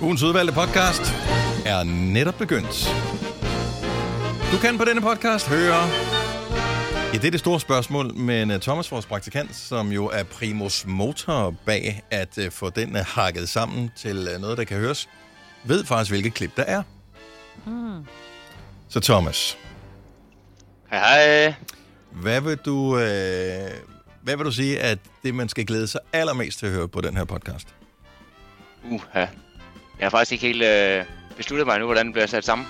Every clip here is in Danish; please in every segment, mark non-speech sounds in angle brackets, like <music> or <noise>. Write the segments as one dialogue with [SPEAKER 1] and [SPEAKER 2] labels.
[SPEAKER 1] Ugens udvalgte podcast er netop begyndt. Du kan på denne podcast høre... Ja, det er det store spørgsmål, men øh, Thomas, vores praktikant, som jo er primus motor bag at øh, få den øh, hakket sammen til øh, noget, der kan høres, ved faktisk, hvilket klip der er.
[SPEAKER 2] Mm.
[SPEAKER 1] Så Thomas,
[SPEAKER 3] Hej, hej.
[SPEAKER 1] hvad vil du, øh, hvad vil du sige, at det, man skal glæde sig allermest til at høre på den her podcast?
[SPEAKER 3] Uha. Jeg har faktisk ikke helt øh, besluttet mig nu, hvordan den bliver sat sammen.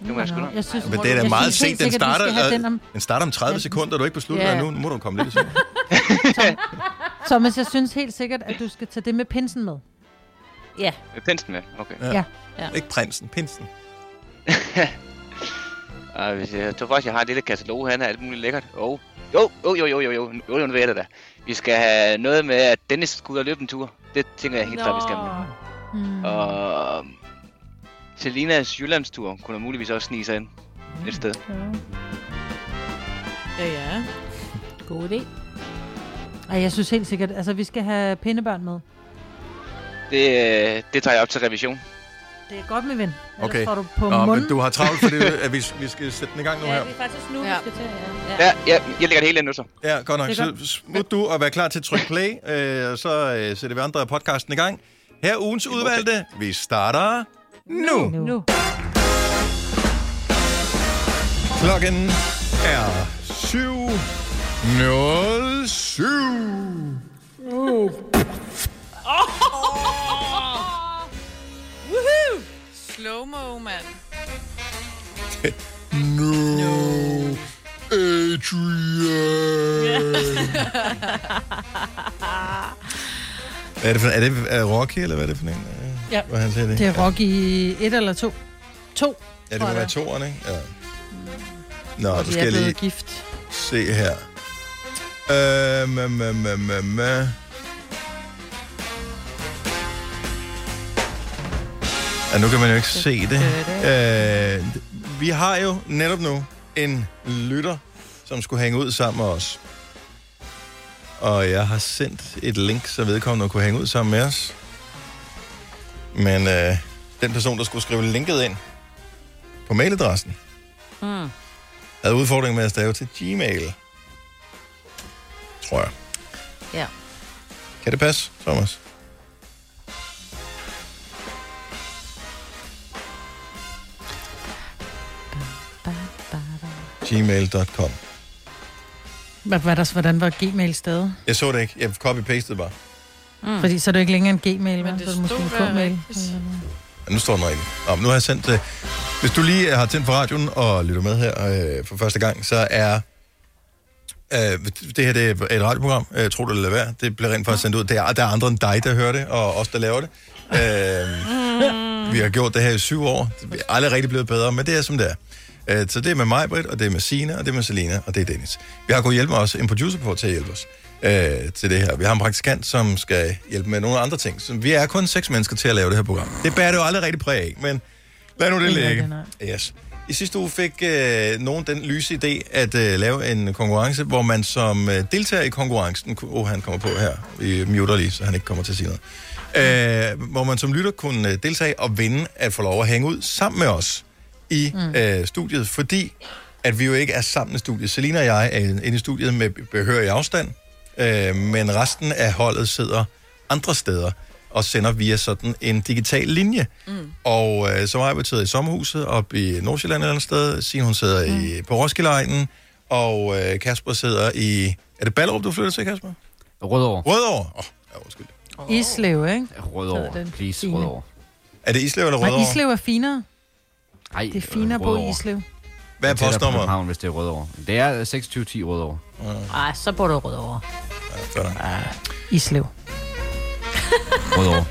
[SPEAKER 3] Nu må jeg skynde mig.
[SPEAKER 2] Jeg synes,
[SPEAKER 1] Men det er da
[SPEAKER 2] jeg
[SPEAKER 1] meget
[SPEAKER 2] synes
[SPEAKER 1] sent.
[SPEAKER 2] helt
[SPEAKER 1] Den
[SPEAKER 2] sikkert, vi
[SPEAKER 1] starter,
[SPEAKER 2] skal have
[SPEAKER 1] øh,
[SPEAKER 2] den om,
[SPEAKER 1] den starter om 30 sekunder. Du er ikke besluttet
[SPEAKER 2] Ja.
[SPEAKER 1] yeah. nu. Nu må du komme lidt i sving.
[SPEAKER 2] <laughs> Thomas, jeg synes helt sikkert, at du skal tage det med pinsen med.
[SPEAKER 4] Ja,
[SPEAKER 3] Med Pinsen med, okay.
[SPEAKER 1] Ikke prinsen, pinsen.
[SPEAKER 3] Og hvis jeg jeg tror faktisk, jeg har et lille katalog her, af alt muligt lækkert. Oh. Jo, jo, jo, jo, jo, jo, jo, jo, nu ved jeg det da. Vi skal have noget med, at Dennis skal ud og løbe en tur. Det tænker jeg helt klart, vi skal med.
[SPEAKER 2] Mm.
[SPEAKER 3] Og øhm, Selinas Jyllandstur kunne der muligvis også snige sig ind et sted.
[SPEAKER 4] ja, ja. God idé.
[SPEAKER 2] Ej, jeg synes helt sikkert, altså vi skal have pindebørn med.
[SPEAKER 3] Det, øh, det tager jeg op til revision.
[SPEAKER 2] Det er godt med ven. Ellers
[SPEAKER 1] Okay.
[SPEAKER 2] får du på
[SPEAKER 1] Nå,
[SPEAKER 2] munden.
[SPEAKER 1] men du har travlt,
[SPEAKER 2] <laughs>
[SPEAKER 1] fordi øh, at vi, vi skal sætte den i gang nu her.
[SPEAKER 4] er faktisk nu,
[SPEAKER 2] Ja.
[SPEAKER 4] skal til. Ja.
[SPEAKER 3] Ja, ja jeg lægger det hele ind nu så.
[SPEAKER 1] Ja, godt nok.
[SPEAKER 2] Det er
[SPEAKER 1] Så smut du og vær klar til at trykke play, øh, og så øh, sætter vi andre podcasten i gang. Her er ugens udvalgte. Vi starter nu.
[SPEAKER 2] Nu. nu.
[SPEAKER 1] Klokken er 7.07.
[SPEAKER 5] Uh. Woohoo! Slow-mo, mand.
[SPEAKER 1] No,
[SPEAKER 5] <laughs>
[SPEAKER 1] Adrian. hvad er det for Er det er Rocky, eller hvad er det for en? øh,
[SPEAKER 2] Ja.
[SPEAKER 1] Hvad han siger det?
[SPEAKER 2] Det er Rocky et eller to. To.
[SPEAKER 1] Ja, det
[SPEAKER 2] tror
[SPEAKER 1] må
[SPEAKER 2] jeg,
[SPEAKER 1] være
[SPEAKER 2] det
[SPEAKER 1] toeren, ikke? Ja. Nå,
[SPEAKER 2] Og
[SPEAKER 1] du
[SPEAKER 2] de er
[SPEAKER 1] skal jeg lige
[SPEAKER 2] blevet gift.
[SPEAKER 1] se her. Øhm, øhm, øhm, øhm, øhm, øh. Ja, nu kan man jo ikke se det. Øh, vi har jo netop nu en lytter, som skulle hænge ud sammen med os. Og jeg har sendt et link, så vedkommende kunne hænge ud sammen med os. Men øh, den person, der skulle skrive linket ind på mailadressen,
[SPEAKER 4] Mm.
[SPEAKER 1] havde udfordringen med at stave til Gmail. Tror jeg.
[SPEAKER 4] Ja.
[SPEAKER 1] Kan det passe, Thomas? Gmail.com.
[SPEAKER 2] Hvad, hvad der, hvordan var Gmail stadig?
[SPEAKER 1] Jeg så det ikke. Jeg copy-pastede bare.
[SPEAKER 2] Mm. Fordi så er det ikke længere en Gmail, men
[SPEAKER 5] Men
[SPEAKER 2] så
[SPEAKER 5] det
[SPEAKER 2] er det måske
[SPEAKER 5] stod
[SPEAKER 2] en
[SPEAKER 5] der
[SPEAKER 2] K-mail.
[SPEAKER 5] rigtigt.
[SPEAKER 1] Ja, nu står den rigtigt. Nå, men nu har jeg sendt det. Hvis du lige øh, har tændt for radioen og lytter med her øh, for første gang, så er øh, det her det er et radioprogram, øh, tror du det eller hvad? Det bliver rent faktisk sendt ud. Det er, der er andre end dig, der hører det, og os, der laver det. Øh, vi har gjort det her i syv år. Det er aldrig rigtig blevet bedre, men det er som det er. Øh, Så det er med mig, Britt, og det er med Sina, og det er med Selina, og det er Dennis. Vi har kunnet hjælpe os, en producer på til at hjælpe os øh, til det her. Vi har en praktikant, som skal hjælpe med nogle andre ting. Så vi er kun seks mennesker til at lave det her program. Det bærer det jo aldrig rigtig præg af, men lad nu det
[SPEAKER 2] Det gør
[SPEAKER 1] ligge.
[SPEAKER 2] det,
[SPEAKER 1] Yes. I sidste uge fik øh, nogen den lyse idé at øh, lave en konkurrence, hvor man som øh, deltager i konkurrencen... ku- Åh, oh, han kommer på her. Vi muter lige, så han ikke kommer til at sige noget. Øh, hvor man som lytter kunne øh, deltage og vinde at få lov at hænge ud sammen med os i mm. øh, studiet, fordi at vi jo ikke er sammen i studiet. Selina og jeg er inde i studiet med behørig afstand, øh, men resten af holdet sidder andre steder og sender via sådan en digital linje. Mm. Og øh, så har jeg betydet i sommerhuset op i Nordsjælland et eller andet sted. Signe, hun sidder mm. i, på Roskilde og øh, Kasper sidder i... Er det Ballerup, du flytter til, Kasper?
[SPEAKER 6] Rødovre.
[SPEAKER 1] Rødovre? Åh, oh, ja, undskyld.
[SPEAKER 2] Mm. Islev, ikke? Så er
[SPEAKER 6] Rødovre.
[SPEAKER 2] den
[SPEAKER 6] Please,
[SPEAKER 2] fine.
[SPEAKER 6] Rødovre.
[SPEAKER 1] Er det Islev eller
[SPEAKER 2] Nej,
[SPEAKER 1] Rødovre?
[SPEAKER 2] Islev er finere.
[SPEAKER 6] Ej,
[SPEAKER 2] Det er finere på
[SPEAKER 6] Rødovre.
[SPEAKER 2] Islev.
[SPEAKER 1] Hvad er
[SPEAKER 6] Tættere på
[SPEAKER 1] postnummeret?
[SPEAKER 6] København, hvis det er Rødovre. Det er 2610 Rødovre.
[SPEAKER 4] Ej, så bor du rød <laughs> over.
[SPEAKER 1] Sådan.
[SPEAKER 2] Islev.
[SPEAKER 6] Rødovre.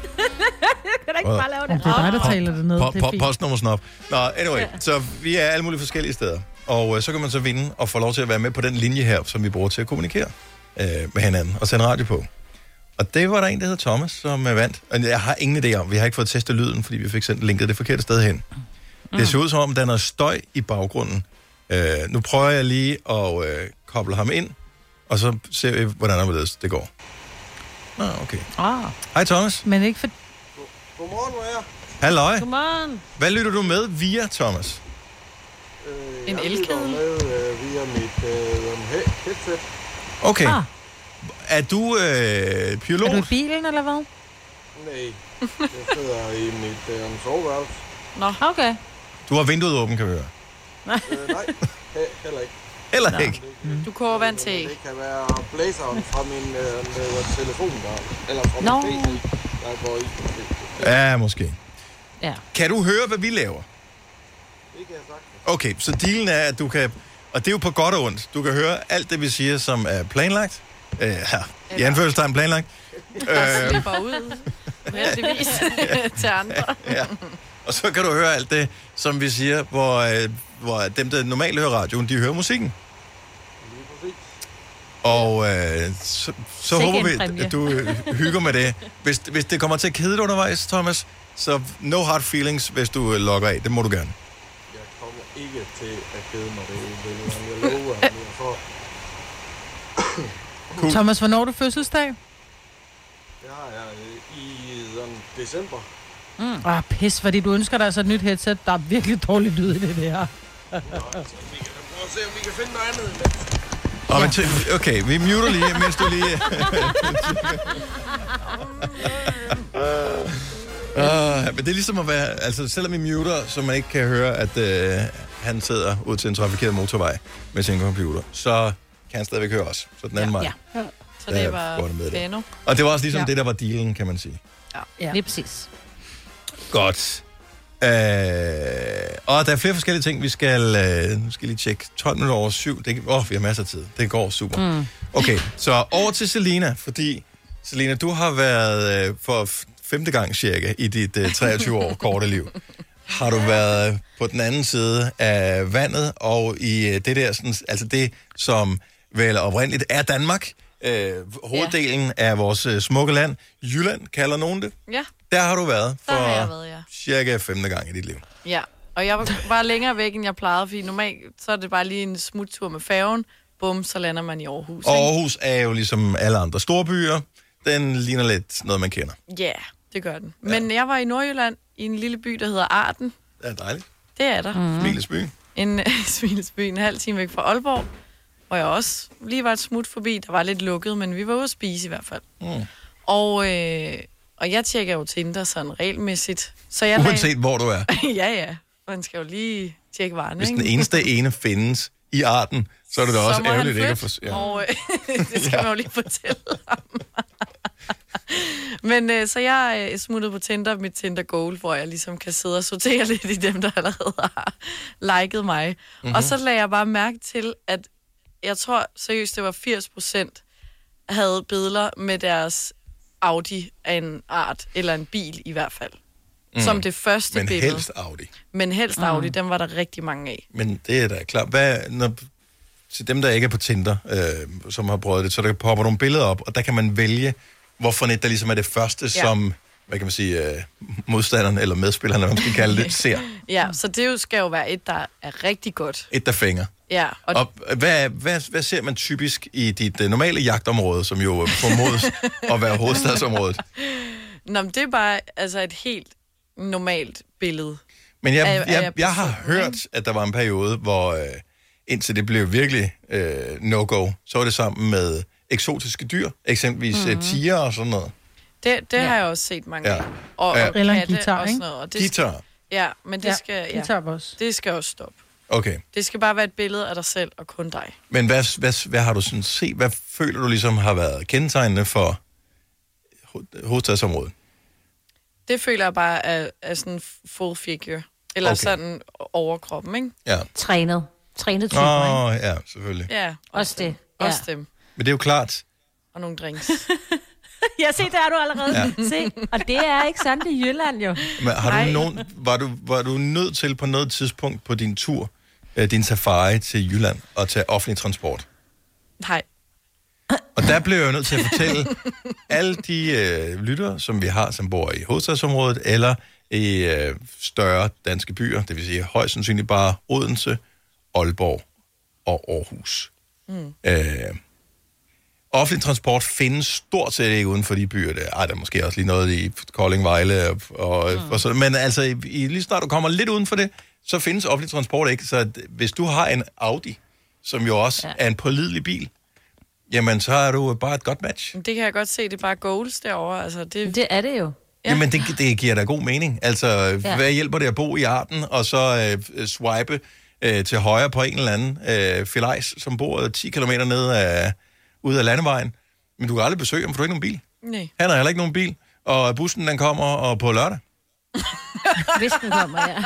[SPEAKER 4] Kan du ikke bare lave
[SPEAKER 2] Om det er dig, der taler det ned.
[SPEAKER 1] Po-
[SPEAKER 2] Det er
[SPEAKER 1] po-
[SPEAKER 2] fint.
[SPEAKER 1] postnummer snop. Nå, anyway, så vi er alle mulige forskellige steder. Og øh, så kan man så vinde og få lov til at være med på den linje her, som vi bruger til at kommunikere øh, med hinanden og sende radio på. Og det var der en, der hed Thomas, som øh, vandt. Og jeg har ingen idé om, vi har ikke fået testet lyden, fordi vi fik sendt linket det forkerte sted hen. Mm. Det ser ud som om, der er noget støj i baggrunden. Øh, nu prøver jeg lige at øh, koble ham ind, og så ser vi, hvordan og hvorledes det går. Nå, okay.
[SPEAKER 4] Ah.
[SPEAKER 1] Hej Thomas.
[SPEAKER 2] Men ikke for...
[SPEAKER 7] Godmorgen, hvor er jeg?
[SPEAKER 1] Halløj.
[SPEAKER 7] Godmorgen.
[SPEAKER 1] Hvad lytter du med via, Thomas?
[SPEAKER 5] En elkedel.
[SPEAKER 8] med øh, via mit øh, he- headset.
[SPEAKER 1] Okay.
[SPEAKER 2] Ah.
[SPEAKER 1] Er du øh,
[SPEAKER 2] Er
[SPEAKER 1] pilot?
[SPEAKER 2] du i bilen, eller hvad?
[SPEAKER 8] Nej,
[SPEAKER 5] <laughs>
[SPEAKER 8] jeg sidder i mit øh, soveværelse.
[SPEAKER 7] Okay.
[SPEAKER 1] Du har vinduet åbent, kan vi høre.
[SPEAKER 8] Øh, nej, he- heller ikke.
[SPEAKER 1] Eller ikke.
[SPEAKER 5] Du koger vand til æg.
[SPEAKER 8] Det kan være blazeren fra min øh, øh, telefon, der, eller fra
[SPEAKER 7] Nå.
[SPEAKER 8] min PC, der går i.
[SPEAKER 1] Ja, måske.
[SPEAKER 7] Ja.
[SPEAKER 1] Kan du høre, hvad vi laver?
[SPEAKER 8] Det kan jeg sagtens.
[SPEAKER 1] Okay, så dealen er, at du kan... Og det er jo på godt og ondt. Du kan høre alt det, vi siger, som er planlagt. Øh, her. I anførselstegn planlagt. øh,
[SPEAKER 5] Slipper ud.
[SPEAKER 1] <laughs>
[SPEAKER 5] Heldigvis til andre.
[SPEAKER 1] ja. Og så kan du høre alt det, som vi siger, hvor, øh, hvor dem, der normalt hører radioen, de hører musikken.
[SPEAKER 8] Lige præcis.
[SPEAKER 1] Og øh, så, så
[SPEAKER 4] Sikke
[SPEAKER 1] håber
[SPEAKER 4] en
[SPEAKER 1] vi,
[SPEAKER 4] præmie.
[SPEAKER 1] at du øh, hygger med det. Hvis, hvis det kommer til at kede dig undervejs, Thomas, så no hard feelings, hvis du øh, logger af. Det må du gerne.
[SPEAKER 8] Jeg kommer ikke til at kede mig det ene billede, men jeg lover, at jeg får.
[SPEAKER 1] Cool.
[SPEAKER 2] Thomas, hvornår er du fødselsdag?
[SPEAKER 1] Hmm.
[SPEAKER 8] Jeg har øh, i sådan, december.
[SPEAKER 2] Ah, pis, fordi du ønsker dig altså et nyt headset. Der er virkelig dårlig lyd i det der.
[SPEAKER 8] Vi kan prøve at se, om vi kan finde noget andet.
[SPEAKER 1] Og men t- okay, vi muter lige, mens du lige... Uh, men det er ligesom at være, altså selvom vi muter, så man ikke kan høre, at øh, han sidder ud til en trafikeret motorvej med sin computer, så kan han stadigvæk høre os. Så den anden ja, vej.
[SPEAKER 7] ja.
[SPEAKER 5] Så det
[SPEAKER 1] Ja,
[SPEAKER 5] var
[SPEAKER 1] godt med det.
[SPEAKER 5] Benno.
[SPEAKER 1] Og det var også ligesom ja.
[SPEAKER 2] Ja.
[SPEAKER 1] det, der var dealen, kan man sige.
[SPEAKER 2] Ja.
[SPEAKER 4] Lige præcis.
[SPEAKER 1] Godt. Øh, og der er flere forskellige ting, vi skal, øh, nu skal jeg lige tjekke. 12 minutter over syv. Det, åh, vi har masser af tid. Det går super. Mm. Okay, så over til Selina, fordi Selina, du har været øh, for f- femte gang cirka i dit øh, 23 år korte liv. Har du været på den anden side af vandet, og i øh, det der, sådan, altså det, som vel oprindeligt er Danmark, øh, hoveddelen af vores øh, smukke land, Jylland kalder nogen det,
[SPEAKER 5] Ja,
[SPEAKER 1] der har du været for
[SPEAKER 5] der har jeg været, ja.
[SPEAKER 1] cirka femte gang i dit liv.
[SPEAKER 5] Ja, og jeg var bare længere væk, end jeg plejede, fordi normalt så er det bare lige en smuttur med færgen. Bum, så lander man i Aarhus.
[SPEAKER 1] Og
[SPEAKER 5] ikke?
[SPEAKER 1] Aarhus er jo ligesom alle andre store byer. Den ligner lidt noget, man kender.
[SPEAKER 5] Ja, yeah, det gør den. Men jeg var i Nordjylland i en lille by, der hedder Arden.
[SPEAKER 1] Det er dejligt.
[SPEAKER 5] Det er der. Mm.
[SPEAKER 1] Miles by.
[SPEAKER 5] En <laughs> svinesby en halv time væk fra Aalborg, hvor jeg også lige var et smut forbi. Der var lidt lukket, men vi var ude at spise i hvert fald.
[SPEAKER 1] Mm.
[SPEAKER 5] Og, øh, og jeg tjekker jo Tinder sådan regelmæssigt. Så jeg
[SPEAKER 1] Uanset hvor du er.
[SPEAKER 5] Lagde, <laughs> ja, ja. Man skal jo lige tjekke varen,
[SPEAKER 1] Hvis
[SPEAKER 5] ikke?
[SPEAKER 1] den eneste ene findes i arten, så er det da også
[SPEAKER 5] må han
[SPEAKER 1] ærgerligt ikke at få...
[SPEAKER 5] flytte,
[SPEAKER 1] Ja.
[SPEAKER 5] Og øh, <laughs> det skal man jo lige fortælle ham. Men øh, så jeg øh, smuttede på Tinder, mit Tinder Goal, hvor jeg ligesom kan sidde og sortere <laughs> lidt i dem, der allerede har liket mig. Mm-hmm.
[SPEAKER 1] Mhm.
[SPEAKER 5] Og så lagde jeg bare mærke til, at jeg tror seriøst, det var 80 procent havde billeder med deres Audi af en art, eller en bil i hvert fald. Mm. Som det første
[SPEAKER 1] Men
[SPEAKER 5] billede.
[SPEAKER 1] helst Mm. Audi.
[SPEAKER 5] Men helst Audi, dem var der rigtig mange af.
[SPEAKER 1] Men det er da klart. Hvad, når, til dem, der ikke er på Tinder, øh, som har prøvet det, så der popper nogle billeder op, og der kan man vælge, hvorfor net der ligesom er det første, ja.
[SPEAKER 5] Ja.
[SPEAKER 1] som hvad kan man sige, øh, modstanderen eller medspilleren, eller hvad man skal kalde det, ser.
[SPEAKER 5] Ja, så det jo skal jo være et, der er rigtig godt.
[SPEAKER 1] Et, der fænger.
[SPEAKER 5] Ja, og, og
[SPEAKER 1] Og hvad, hvad, hvad ser man typisk i dit uh, normale jagtområde, som jo øh, formodes at være hovedstadsområdet?
[SPEAKER 5] nå, men det er bare altså et helt normalt billede.
[SPEAKER 1] Men
[SPEAKER 5] Er-
[SPEAKER 1] jeg,
[SPEAKER 5] er
[SPEAKER 1] jeg,
[SPEAKER 5] jeg
[SPEAKER 1] jeg har
[SPEAKER 5] personen,
[SPEAKER 1] hørt, at der var en periode, hvor øh, indtil det blev virkelig øh, no-go, så var det sammen med eksotiske dyr, eksempelvis
[SPEAKER 5] Mhm.
[SPEAKER 1] mm-hmm. tiger og sådan noget.
[SPEAKER 5] Det, det ja.
[SPEAKER 4] Ja.
[SPEAKER 5] har jeg også set mange
[SPEAKER 1] Ja.
[SPEAKER 5] ja. af. Og, og
[SPEAKER 1] Ja.
[SPEAKER 2] Eller en
[SPEAKER 5] katte
[SPEAKER 2] guitar,
[SPEAKER 5] og
[SPEAKER 2] ikke?
[SPEAKER 5] sådan noget. Og det,
[SPEAKER 1] Guitar.
[SPEAKER 5] Ja, men det skal, ja,
[SPEAKER 2] Guitar også.
[SPEAKER 5] det skal også stoppe.
[SPEAKER 1] Okay.
[SPEAKER 5] Det skal bare være et billede af dig selv og kun dig.
[SPEAKER 1] Men hvad, hvad, hvad har du sådan set? Hvad føler du ligesom har været kendetegnende for ho- hovedstadsområdet?
[SPEAKER 5] Det føler jeg bare er, er sådan full figure. Eller
[SPEAKER 1] Okay.
[SPEAKER 5] okay. sådan overkroppen, ikke?
[SPEAKER 1] Ja.
[SPEAKER 4] Trænet. Trænet typer, oh,
[SPEAKER 1] Åh, oh, ja, selvfølgelig.
[SPEAKER 5] Ja,
[SPEAKER 4] Også det. Ja.
[SPEAKER 5] Ja. Også dem.
[SPEAKER 1] Men det er jo klart.
[SPEAKER 5] Og nogle drinks.
[SPEAKER 4] Ja, se, der er du allerede.
[SPEAKER 1] Ja.
[SPEAKER 4] Ja. <laughs> Se, og det er ikke sandt i Jylland jo.
[SPEAKER 1] Men har du
[SPEAKER 5] Ej.
[SPEAKER 1] nogen, var, du, var du nødt til på noget tidspunkt på din tur, øh, din safari til Jylland, at tage offentlig transport?
[SPEAKER 5] Nej.
[SPEAKER 1] Og der blev jeg jo nødt til at fortælle alle de øh, lyttere, som vi har, som bor i hovedstadsområdet, eller i øh, større danske byer, det vil sige højst sandsynligt bare Odense, Aalborg og Aarhus. Mm. Øh, Offentlig transport findes stort set ikke uden for de byer der. Ej, der er måske også lige noget i Kolding, Vejle og, og, mm. og sådan. Men altså, i, i, lige snart du kommer lidt uden for det, så findes offentlig transport ikke. Så at, hvis du har en Audi, som jo også ja. er en pålidelig bil, jamen så er du bare et godt match.
[SPEAKER 5] Det kan jeg godt se, det er bare goals derovre. Altså, det,
[SPEAKER 4] Det er det jo.
[SPEAKER 1] Ja. Jamen, det, det giver da god mening. Altså, ja. hvad hjælper det at bo i Arden, og så øh, swipe øh, til højre på en eller anden øh, filajs, som bor 10 km ned af, ud af landevejen? Men du kan aldrig besøge ham, for du har ikke nogen bil.
[SPEAKER 5] nej.
[SPEAKER 1] Han har heller ikke nogen bil, og bussen den kommer og på lørdag.
[SPEAKER 4] Hvis den kommer, ja.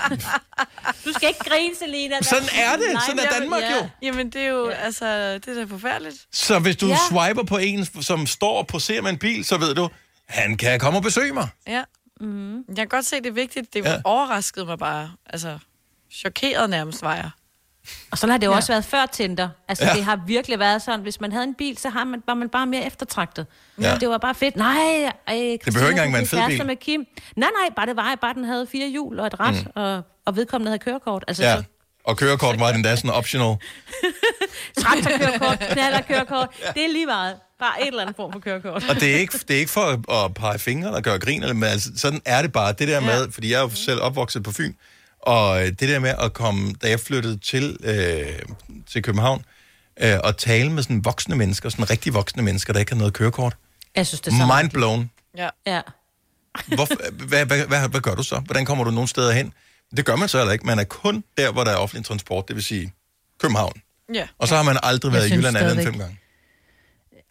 [SPEAKER 4] <laughs> Du skal ikke grine, Selina. Der-
[SPEAKER 1] Sådan er det.
[SPEAKER 4] Nej,
[SPEAKER 1] Sådan er
[SPEAKER 4] men-
[SPEAKER 1] Danmark
[SPEAKER 4] ja.
[SPEAKER 1] jo.
[SPEAKER 5] Jamen, det er jo, ja. altså, det er da forfærdeligt.
[SPEAKER 1] Så hvis du ja.
[SPEAKER 4] Ja.
[SPEAKER 1] swiper på en, som står og poserer med en bil, så ved du, han kan komme og besøge mig.
[SPEAKER 5] Ja. Mm. Jeg kan godt se, det er vigtigt. Det
[SPEAKER 1] Ja.
[SPEAKER 5] ja. overraskede mig bare. Altså, chokeret nærmest var jeg.
[SPEAKER 4] Og sådan har det jo også været før Tinder. Altså, ja. det har virkelig været sådan. Hvis man havde en bil, så har man, var man bare mere eftertragtet.
[SPEAKER 1] Ja.
[SPEAKER 4] Ja. Det var bare fedt. Nej, øh, det
[SPEAKER 1] behøver ikke engang være en fed bil.
[SPEAKER 4] Med Kim. Nej, nej, bare det var, bare den havde fire hjul og et ret, mm. og, og vedkommende havde kørekort. Altså,
[SPEAKER 1] Ja.
[SPEAKER 4] ja.
[SPEAKER 1] Og kørekort var den da sådan optional.
[SPEAKER 4] traktorkørekort,
[SPEAKER 1] <laughs>
[SPEAKER 4] knallerkørekort. Det er lige meget. Bare et eller andet form for kørekort.
[SPEAKER 1] Og det er ikke, det er ikke for at, at pege fingre eller gøre grin, eller- men altså, sådan er det bare. Det der med, fordi jeg er jo selv opvokset på Fyn, og øh, det der med at komme, da jeg flyttede til, øh, til København, øh, og tale med sådan voksne mennesker, sådan rigtig voksne mennesker, der ikke har noget kørekort.
[SPEAKER 4] Jeg synes, det er så
[SPEAKER 1] Mind blown.
[SPEAKER 5] Ja.
[SPEAKER 4] Ja.
[SPEAKER 1] Hvor, hvad, hvad, hvad, hvad gør du så? Hvordan kommer du nogen steder hen? Det gør man så heller ikke. Man er kun der, hvor der er offentlig transport, det vil sige København.
[SPEAKER 5] Ja.
[SPEAKER 1] Og så har man aldrig været i
[SPEAKER 2] synes
[SPEAKER 1] Jylland andet end
[SPEAKER 2] stadigvæk-
[SPEAKER 1] fem gange.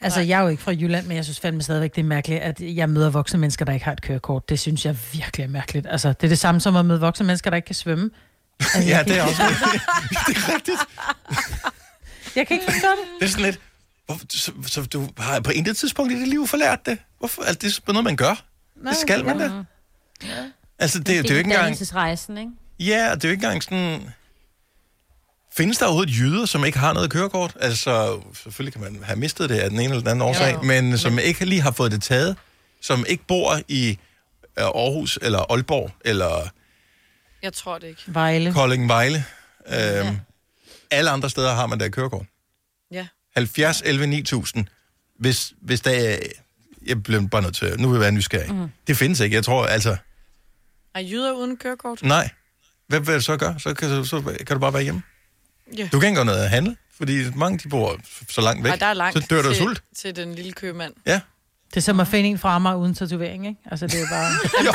[SPEAKER 2] Altså, jeg er jo ikke fra Jylland, men jeg synes fandme stadigvæk, det er mærkeligt, at jeg møder voksne mennesker, der ikke har et kørekort. Det synes jeg virkelig er mærkeligt. Altså, det er det samme som at møde voksne mennesker, der ikke kan
[SPEAKER 1] <laughs>
[SPEAKER 2] svømme. Altså, jeg
[SPEAKER 1] Ja,
[SPEAKER 2] kan
[SPEAKER 1] det er
[SPEAKER 2] ikke-
[SPEAKER 1] også det er rigtigt.
[SPEAKER 2] Jeg kan ikke forstå det.
[SPEAKER 1] Det er sådan lidt, hvorfor, så, så du har på intet tidspunkt i dit liv forlært det? Hvorfor? Altså, det er sådan noget, man gør. Nej, det skal man da. Ja. Altså, det, det, det er jo ikke engang...
[SPEAKER 4] Dannelsesrejsen, ikke?
[SPEAKER 1] Ja, og det er jo ikke engang sådan... Findes der overhovedet jyder, som ikke har noget kørekort? Altså, selvfølgelig kan man have mistet det af den ene eller den anden årsag,
[SPEAKER 5] jo.
[SPEAKER 1] men som ikke lige har fået det taget, som ikke bor i øh, Aarhus eller Aalborg eller
[SPEAKER 5] Jeg tror det ikke.
[SPEAKER 2] Vejle.
[SPEAKER 1] Kolding Vejle. Øhm, Mm. ja. Alle andre steder har man da et kørekort.
[SPEAKER 5] Ja.
[SPEAKER 1] 70 11 9000, hvis, hvis der er... Jeg bliver bare nødt til... Nu vil jeg være nysgerrig.
[SPEAKER 5] Mhm.
[SPEAKER 1] Mm. Det findes ikke. Jeg tror, altså...
[SPEAKER 5] Er jyder uden kørekort?
[SPEAKER 1] Nej. Hvad vil du så gøre? Så kan, så, så kan du bare være hjemme.
[SPEAKER 5] Ja.
[SPEAKER 1] Du kan ikke gøre noget at handle, fordi mange de bor så langt væk.
[SPEAKER 5] Ej, der er langt
[SPEAKER 1] så dør du af
[SPEAKER 5] til,
[SPEAKER 1] sult.
[SPEAKER 5] til den lille købmand. <laughs>
[SPEAKER 1] Ja.
[SPEAKER 2] Det er som at finde en fra mig uden tatovering, ikke? Altså, det er bare...
[SPEAKER 1] Jo.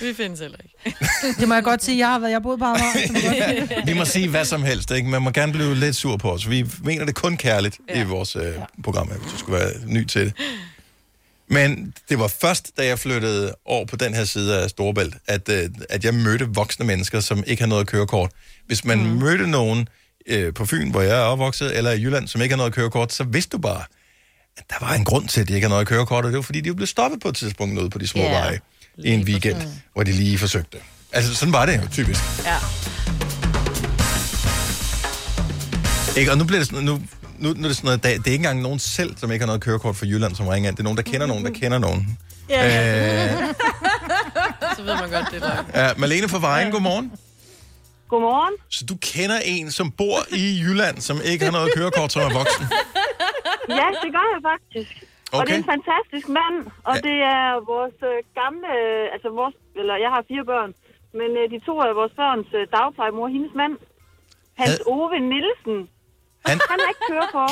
[SPEAKER 5] Vi findes heller ikke.
[SPEAKER 2] <laughs> Det må jeg godt sige, jeg har været, jeg har boet på
[SPEAKER 1] <laughs>
[SPEAKER 2] Amager. så må jeg
[SPEAKER 1] Altså,
[SPEAKER 2] godt-
[SPEAKER 1] Vi må sige hvad som helst, ikke? Man må gerne blive lidt sur på os. Vi mener det kun kærligt ja. i vores øh, program, her, hvis du skulle være ny til det. Men det var først, da jeg flyttede over på den her side af Storebælt, at, øh, at jeg mødte voksne mennesker, som ikke har noget kørekort. Hvis man mm. mødte nogen øh, på Fyn, hvor jeg er opvokset, eller i Jylland, som ikke har noget kørekort, så vidste du bare, at der var en grund til, at de ikke har noget kørekort, og det var fordi, de blev stoppet på et tidspunkt ude på de små
[SPEAKER 4] Ja,
[SPEAKER 1] yeah. veje i en weekend, hvor de lige forsøgte. Altså, sådan var det jo typisk.
[SPEAKER 5] Ja.
[SPEAKER 1] Ikke? Og nu bliver det sådan, nu, nu, nu er det sådan noget, det er det er ikke engang nogen selv, som ikke har noget kørekort fra Jylland, som ringer ind. Det er nogen, der kender nogen, der
[SPEAKER 2] Mm-hmm.
[SPEAKER 1] kender nogen. Yeah. Øh,
[SPEAKER 5] Så ved man godt, det er løgn.
[SPEAKER 1] ja, Malene fra Vejen, godmorgen.
[SPEAKER 7] Godmorgen.
[SPEAKER 1] Så du kender en, som bor i Jylland, som ikke har noget kørekort, som er voksen?
[SPEAKER 7] Ja, det gør jeg faktisk. Okay. Og det
[SPEAKER 1] Okay.
[SPEAKER 7] er en fantastisk mand, og
[SPEAKER 1] Ja.
[SPEAKER 7] ja. det er vores øh, gamle, øh, altså vores, eller jeg har fire børn, men øh, de to af vores børns øh, dagplejemor, hendes mand, Hans
[SPEAKER 1] Had-
[SPEAKER 7] Ove Nielsen,
[SPEAKER 1] Han,
[SPEAKER 7] han har ikke kørt på.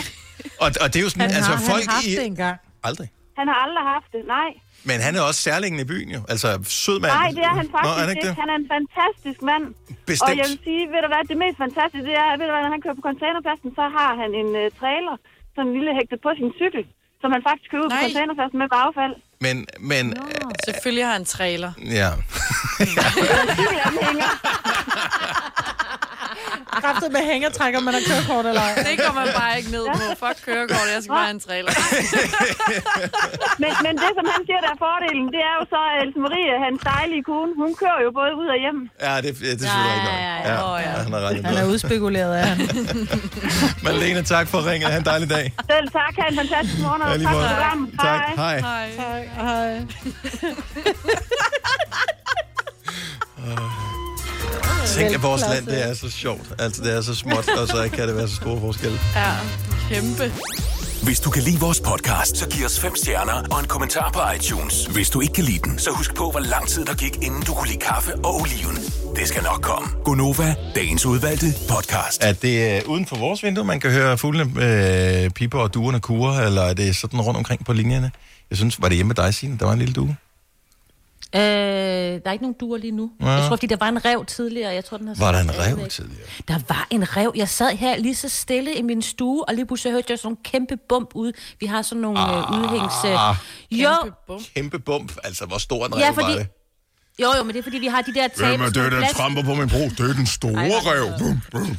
[SPEAKER 1] og, og det er jo sådan,
[SPEAKER 2] Han
[SPEAKER 1] altså
[SPEAKER 2] har, han
[SPEAKER 1] folk
[SPEAKER 2] har
[SPEAKER 1] i...
[SPEAKER 2] haft det engang.
[SPEAKER 1] Aldrig.
[SPEAKER 7] Han har aldrig haft det, nej.
[SPEAKER 1] Men han er også særlingen i byen jo. Altså, sød mand.
[SPEAKER 7] Nej, det er han faktisk
[SPEAKER 1] Nå, er han ikke det?
[SPEAKER 7] Han er en fantastisk mand. Og
[SPEAKER 1] Bestemt.
[SPEAKER 7] jeg vil sige, ved du hvad, det mest fantastiske, det er, ved du hvad, når han kører på containerpladsen, så har han en øh, trailer, sådan en lille hægtet på sin cykel, som han faktisk kører ud på
[SPEAKER 5] Nej.
[SPEAKER 7] containerpladsen med på affald.
[SPEAKER 1] Men, men...
[SPEAKER 5] Selvfølgelig har han en trailer.
[SPEAKER 1] øh, Ja.
[SPEAKER 7] Cykelanhænger.
[SPEAKER 2] Kræftet med hængertrækker, man har kørekort eller ej.
[SPEAKER 5] Det går man bare ikke ned på. Fuck kørekort, jeg skal bare have en trailer.
[SPEAKER 7] Men, men det, som han siger, der er fordelen, det er jo så, at Else Marie, hans dejlige kone, hun kører jo både ud og hjem.
[SPEAKER 1] Ja, det, det synes jeg ikke nok. Ja,
[SPEAKER 5] Åh, ja.
[SPEAKER 1] han har ret i
[SPEAKER 2] Han er
[SPEAKER 1] noget.
[SPEAKER 2] udspekuleret af han.
[SPEAKER 1] Malene, tak for ringet. Ha' en dejlig dag.
[SPEAKER 7] Selv <laughs> tak, have en fantastisk morgen, og
[SPEAKER 1] Ja, lige
[SPEAKER 7] tak for
[SPEAKER 1] måde.
[SPEAKER 7] programmet.
[SPEAKER 1] Tak.
[SPEAKER 7] Hej.
[SPEAKER 1] Hej.
[SPEAKER 5] Nej.
[SPEAKER 2] <laughs>
[SPEAKER 1] Så Tænk, at vores land, det er så sjovt. Altså, det er så småt, og så kan det være så store forskelle.
[SPEAKER 5] Ja, kæmpe.
[SPEAKER 9] Hvis du kan lide vores podcast, så giv os fem stjerner og en kommentar på iTunes. Hvis du ikke kan lide den, så husk på, hvor lang tid der gik, inden du kunne lide kaffe og oliven. Det skal nok komme. Gonova, dagens udvalgte podcast.
[SPEAKER 1] Er det øh, uden for vores vindue, man kan høre fuglene øh, piper og duerne kurer, eller er det sådan rundt omkring på linjerne? Jeg synes, var det hjemme med dig, Signe? Der var en lille due.
[SPEAKER 4] Øh, der er ikke nogen duer lige nu. Ja. Jeg tror, fordi der var en rev tidligere. og Jeg tror, den har
[SPEAKER 1] Var der
[SPEAKER 4] sådan
[SPEAKER 1] en
[SPEAKER 4] stadigvæk.
[SPEAKER 1] rev tidligere?
[SPEAKER 4] Der var en rev. Jeg sad her lige så stille i min stue, og lige pludselig hørte jeg sådan en kæmpe bump ude. Vi har sådan nogle ah, udhængs... Øh. Jo,
[SPEAKER 5] Kæmpe bum.
[SPEAKER 1] Kæmpe bump. Altså, hvor stor en rev
[SPEAKER 4] Ja,
[SPEAKER 1] var
[SPEAKER 4] fordi-
[SPEAKER 1] det?
[SPEAKER 4] jo, jo, men det er fordi, vi har de der tabers... med glas.
[SPEAKER 1] på min bro? Det er den store rev. Bum, bum.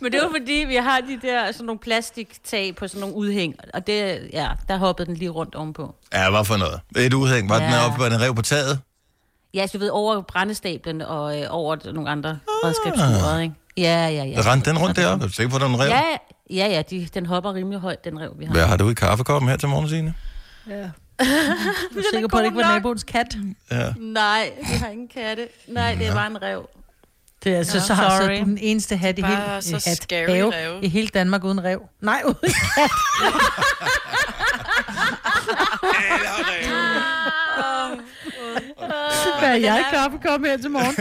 [SPEAKER 4] Men det var fordi, vi har de der sådan nogle plastiktag på sådan nogle udhæng. Og det, ja, der hoppede den lige rundt ovenpå.
[SPEAKER 1] Ja, hvad for noget? Et udhæng. Var ja. den
[SPEAKER 4] Ja.
[SPEAKER 1] oppe, var den rev på taget?
[SPEAKER 4] Ja, så du ved, over brændestablen og øh, over nogle andre redskabsmurer, ikke? Ja, ja, ja.
[SPEAKER 1] Ja. Rendte den rundt deroppe? Er du sikker på, at der er en rev?
[SPEAKER 4] Ja, ja, ja de, den hopper rimelig højt, den rev, vi har.
[SPEAKER 1] Hvad har du i kaffekoppen her til morgen, Signe?
[SPEAKER 2] Jeg er sikker på, at det ikke var naboens kat.
[SPEAKER 1] Ja.
[SPEAKER 4] Nej, vi har ingen katte. Nej, det er bare en rev.
[SPEAKER 2] Det er altså,
[SPEAKER 4] Nå,
[SPEAKER 2] så har så
[SPEAKER 4] sorry.
[SPEAKER 2] du den eneste hat i
[SPEAKER 5] Bare
[SPEAKER 2] hele,
[SPEAKER 5] så
[SPEAKER 2] hat,
[SPEAKER 5] scary
[SPEAKER 2] have,
[SPEAKER 5] ræve.
[SPEAKER 2] i hele Danmark uden rev. Nej, <laughs> uden hat. Hvad er jeg klar for at komme her til morgen?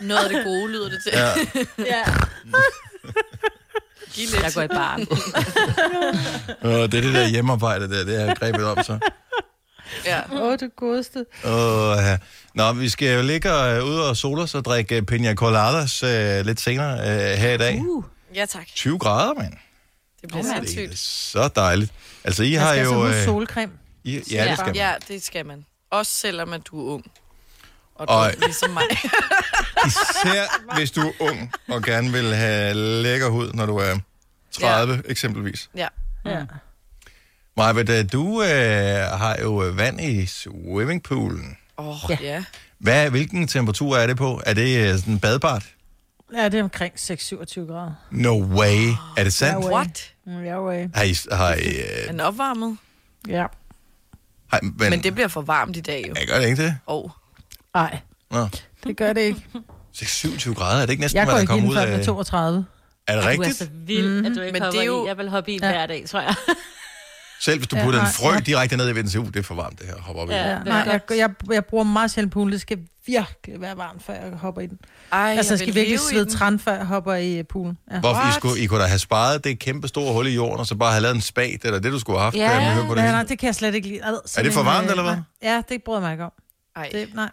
[SPEAKER 5] <laughs> Noget af det gode lyder det til.
[SPEAKER 1] Ja.
[SPEAKER 4] Ja,
[SPEAKER 5] Giv lidt.
[SPEAKER 4] jeg går i barn.
[SPEAKER 1] Og det er det der hjemmearbejde der, det har jeg grebet om så.
[SPEAKER 5] Ja.
[SPEAKER 2] Åh, oh, det godeste.
[SPEAKER 1] Åh, ja. Nå, vi skal jo ligge øh, ude og sole os og drikke øh, pina coladas øh, lidt senere øh, her i dag. Uh.
[SPEAKER 5] ja, tak.
[SPEAKER 1] 20 grader, mand.
[SPEAKER 5] Det bliver
[SPEAKER 4] Åh, mand.
[SPEAKER 1] Det er
[SPEAKER 5] sindssygt.
[SPEAKER 1] så dejligt. Altså, I
[SPEAKER 2] Jeg
[SPEAKER 1] har
[SPEAKER 2] skal
[SPEAKER 1] jo...
[SPEAKER 2] jo,
[SPEAKER 1] øh,
[SPEAKER 2] altså huske solcreme.
[SPEAKER 1] I, ja, det skal man.
[SPEAKER 5] Ja, det skal man. Også selvom, at du er ung. Og du
[SPEAKER 1] Og-
[SPEAKER 5] er ligesom mig.
[SPEAKER 1] Især hvis du er ung og gerne vil have lækker hud, når du er 30 ja. eksempelvis.
[SPEAKER 5] Ja.
[SPEAKER 2] Ja.
[SPEAKER 1] Maja, øh, du øh, har jo øh, vand i swimmingpoolen.
[SPEAKER 5] Åh,
[SPEAKER 2] Ja.
[SPEAKER 5] oh, ja.
[SPEAKER 1] Hvad, hvilken temperatur er det på? Er det øh, sådan badbart?
[SPEAKER 2] ja, det er omkring 6-27 grader.
[SPEAKER 1] No way. Er det sandt?
[SPEAKER 2] No way.
[SPEAKER 5] What?
[SPEAKER 2] Mm, Ja, way.
[SPEAKER 1] Har I, har I, øh,
[SPEAKER 5] Er den opvarmet?
[SPEAKER 2] Ja.
[SPEAKER 1] har, men,
[SPEAKER 5] Men det bliver for varmt i dag jo.
[SPEAKER 1] Jeg gør det ikke det.
[SPEAKER 5] Og
[SPEAKER 2] Nej,
[SPEAKER 1] Nå.
[SPEAKER 2] det gør det
[SPEAKER 1] <laughs>
[SPEAKER 2] ikke.
[SPEAKER 1] 26 grader, er det ikke næsten,
[SPEAKER 2] Jeg
[SPEAKER 1] hvad
[SPEAKER 2] går
[SPEAKER 1] der
[SPEAKER 2] ikke
[SPEAKER 1] kommer
[SPEAKER 2] inden
[SPEAKER 1] ud
[SPEAKER 2] før den er
[SPEAKER 1] af...
[SPEAKER 2] 32.
[SPEAKER 1] Er det
[SPEAKER 4] Du er
[SPEAKER 1] rigtigt?
[SPEAKER 4] så vild, at du ikke
[SPEAKER 5] Men det er
[SPEAKER 4] hopper
[SPEAKER 5] jo-
[SPEAKER 4] i. Jeg vil hoppe i hver dag, tror jeg.
[SPEAKER 1] Selv hvis du
[SPEAKER 2] Ja,
[SPEAKER 1] putter en
[SPEAKER 2] nej,
[SPEAKER 1] frø
[SPEAKER 2] ja.
[SPEAKER 1] direkte ned i vinden, siger, uh, det er for varmt det her, hopper op i.
[SPEAKER 4] Ja.
[SPEAKER 1] Ja.
[SPEAKER 2] Ja, nej, jeg, jeg, jeg bruger meget sjældent poolen. Det skal virkelig være varmt, før jeg hopper i den.
[SPEAKER 5] Ej,
[SPEAKER 2] Altså, jeg skal
[SPEAKER 5] vil
[SPEAKER 2] virkelig
[SPEAKER 5] leve i
[SPEAKER 2] svede
[SPEAKER 5] den.
[SPEAKER 2] træn, før jeg hopper i øh, poolen. Ja.
[SPEAKER 1] Hvorfor I,
[SPEAKER 5] What?
[SPEAKER 1] skulle, I kunne da have sparet det kæmpe store hul i jorden, og så bare have lavet en spat, eller det, du skulle have haft.
[SPEAKER 4] Ja,
[SPEAKER 1] da jeg hørte på det
[SPEAKER 2] Ja,
[SPEAKER 1] hele.
[SPEAKER 2] nej, det kan jeg slet ikke lide. Ad, sådan
[SPEAKER 1] det for
[SPEAKER 2] en,
[SPEAKER 1] varmt,
[SPEAKER 2] øh,
[SPEAKER 1] eller hvad?
[SPEAKER 2] nej. Ja, det bryder jeg mig ikke om.
[SPEAKER 5] Ej.
[SPEAKER 2] Det, nej.
[SPEAKER 1] Ej,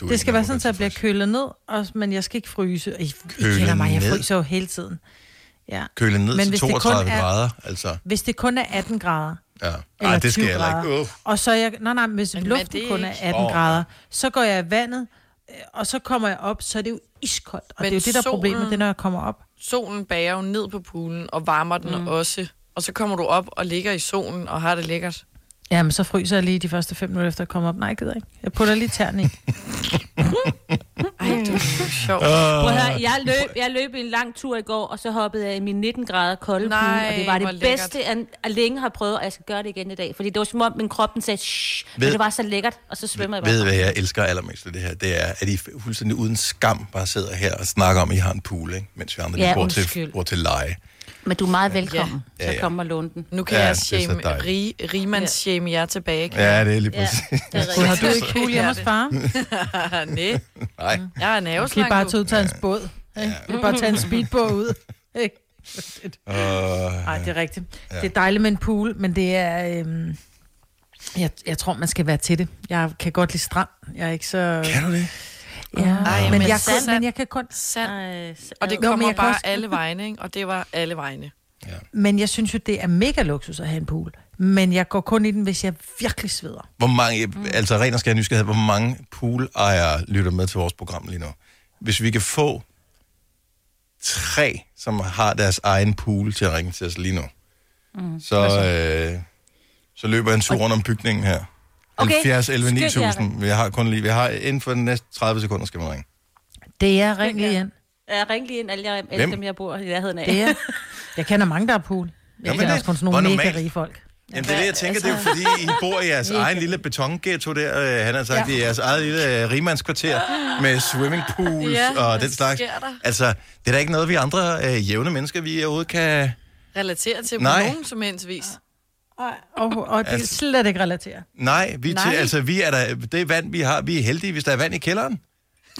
[SPEAKER 1] du er
[SPEAKER 2] det
[SPEAKER 1] ikke
[SPEAKER 2] skal
[SPEAKER 1] altså.
[SPEAKER 2] være
[SPEAKER 1] nogen,
[SPEAKER 2] sådan,
[SPEAKER 1] der
[SPEAKER 2] at jeg bliver
[SPEAKER 1] tilfreds.
[SPEAKER 2] kølet ned, og, men jeg skal ikke fryse. I, I
[SPEAKER 1] Kølet
[SPEAKER 2] kender mig, jeg
[SPEAKER 1] ned?
[SPEAKER 2] fryser jo hele tiden. Ja.
[SPEAKER 1] Køle ned
[SPEAKER 2] Men
[SPEAKER 1] til
[SPEAKER 2] hvis det kun
[SPEAKER 1] 32
[SPEAKER 2] er-
[SPEAKER 1] grader, altså.
[SPEAKER 2] Hvis det kun er 18 grader,
[SPEAKER 1] Ja. Ej,
[SPEAKER 2] eller
[SPEAKER 1] det skal jeg
[SPEAKER 2] 20
[SPEAKER 1] heller ikke.
[SPEAKER 2] grader.
[SPEAKER 1] Uh.
[SPEAKER 2] Og så er jeg, nej, nej, hvis
[SPEAKER 5] Men
[SPEAKER 2] men
[SPEAKER 5] hvad
[SPEAKER 2] luften
[SPEAKER 5] det
[SPEAKER 2] kun er
[SPEAKER 5] ikke?
[SPEAKER 2] 18
[SPEAKER 1] Åh.
[SPEAKER 2] oh. grader, så går jeg i vandet, øh, og så kommer jeg op, så er det jo iskoldt. Og
[SPEAKER 5] Men
[SPEAKER 2] det er jo det, der er problemet,
[SPEAKER 5] solen-
[SPEAKER 2] det er, når jeg kommer op.
[SPEAKER 5] Solen bager jo ned på poolen og varmer den mm. også. Og så kommer du op og ligger i solen og har det lækkert.
[SPEAKER 2] Jamen, så fryser jeg lige de første fem minutter efter at komme op. Nej, jeg gider ikke. Jeg putter lige tern i.
[SPEAKER 5] <laughs> Ej, det er sjovt.
[SPEAKER 4] Prøv at
[SPEAKER 1] Øh,
[SPEAKER 4] høre, jeg løb, jeg løb en lang tur i går, og så hoppede jeg i min 19 grader kolde
[SPEAKER 5] Nej,
[SPEAKER 4] pool, og det var
[SPEAKER 5] hvor
[SPEAKER 4] det
[SPEAKER 5] lækkert.
[SPEAKER 4] bedste, jeg jeg længe har prøvet, og jeg skal gøre det igen i dag. Fordi det var som om, min krop den sagde, shh,
[SPEAKER 1] Ved-
[SPEAKER 4] men det var så lækkert, og så svømmer jeg bare.
[SPEAKER 1] Ved I, hvad jeg elsker allermest ved det her? Det er, at I fuldstændig uden skam bare sidder her og snakker om, at I har en pool, ikke? mens vi andre ja,
[SPEAKER 4] Ja,
[SPEAKER 1] bor, til,
[SPEAKER 4] undskyld.
[SPEAKER 1] bor til leje.
[SPEAKER 4] Men du er meget velkommen
[SPEAKER 1] Ja,
[SPEAKER 4] ja. til
[SPEAKER 1] ja.
[SPEAKER 4] at komme og låne den.
[SPEAKER 5] Nu kan
[SPEAKER 1] Ja,
[SPEAKER 5] ja,
[SPEAKER 1] det er
[SPEAKER 5] jeg
[SPEAKER 1] så
[SPEAKER 5] shame,
[SPEAKER 1] dejligt.
[SPEAKER 5] rig, rigmands shame jer tilbage. Ja.
[SPEAKER 1] Ja, det er lige præcis. <laughs> Ja.
[SPEAKER 4] det er
[SPEAKER 2] Du har
[SPEAKER 4] rigtigt.
[SPEAKER 2] du ikke pool hjemme hos far?
[SPEAKER 5] Nej,
[SPEAKER 1] Nej. <laughs>
[SPEAKER 5] jeg er en
[SPEAKER 2] Kan I
[SPEAKER 5] haveslang
[SPEAKER 2] bare
[SPEAKER 5] nu.
[SPEAKER 2] tage ud til hans båd? Ikke? Du kan bare tage en speedbåd
[SPEAKER 1] <laughs>
[SPEAKER 2] ud. Mm.
[SPEAKER 1] Øh,
[SPEAKER 2] Nej, det er rigtigt. Det er dejligt med en pool, men det er... Øhm, jeg, jeg tror, man skal være til det. Jeg kan godt lide strand. Jeg er ikke så...
[SPEAKER 1] Kan du det?
[SPEAKER 2] Ja.
[SPEAKER 5] Ej,
[SPEAKER 2] men,
[SPEAKER 5] men
[SPEAKER 2] jeg
[SPEAKER 5] sand-
[SPEAKER 2] kun, men jeg kan kun...
[SPEAKER 5] Sand.
[SPEAKER 4] Ej, så-
[SPEAKER 5] Og det
[SPEAKER 2] men
[SPEAKER 5] kommer
[SPEAKER 2] jeg kan
[SPEAKER 5] bare
[SPEAKER 2] også-
[SPEAKER 5] alle vegne, ikke? Og det var alle vegne.
[SPEAKER 2] Men jeg synes jo, det er mega luksus at have en pool. Men jeg går kun i den, hvis jeg virkelig sveder.
[SPEAKER 1] Hvor mange, altså ren og skær nysgerrighed, hvor mange poolejere lytter med til vores program lige nu? Hvis vi kan få tre, som har deres egen pool til at ringe til os lige nu, mm. så, øh, så løber jeg en tur rundt om bygningen her.
[SPEAKER 4] Okay.
[SPEAKER 1] 70, 11,
[SPEAKER 4] Skynd jer,
[SPEAKER 1] 9000. Vi har kun lige, vi har inden for de næste 30 sekunder, skal man ringe.
[SPEAKER 2] Det er ring lige ind.
[SPEAKER 4] Ja, ring lige ind, alle, jeg, alle
[SPEAKER 1] Hvem?
[SPEAKER 4] dem, jeg bor i nærheden af.
[SPEAKER 2] Det er. <laughs> Jeg kender mange, der har pool. Jeg
[SPEAKER 1] Jamen,
[SPEAKER 2] kender
[SPEAKER 1] det-
[SPEAKER 2] også kun sådan
[SPEAKER 1] hvor
[SPEAKER 2] nogle mega
[SPEAKER 1] normalt.
[SPEAKER 2] rige folk.
[SPEAKER 1] Jamen, det er det, jeg tænker, det er jo fordi,
[SPEAKER 5] altså.
[SPEAKER 1] I bor i jeres egen lille betonghetto der, øh, han har sagt, ja. i jeres eget lille øh, rigmandskvarter med swimmingpools
[SPEAKER 5] Ja,
[SPEAKER 1] ja, og
[SPEAKER 5] hvad
[SPEAKER 1] den slags.
[SPEAKER 5] sker der?
[SPEAKER 1] Altså, det er da ikke noget, vi andre øh, jævne mennesker, vi overhovedet kan...
[SPEAKER 5] Relateret til
[SPEAKER 1] Nej.
[SPEAKER 5] på nogen som helst vis.
[SPEAKER 2] Og, og det
[SPEAKER 1] Altså-
[SPEAKER 2] er slet ikke relateret.
[SPEAKER 1] Nej, vi,
[SPEAKER 5] Nej.
[SPEAKER 1] Til, altså, vi er der, det vand, vi har, vi er heldige, hvis der er vand i kælderen.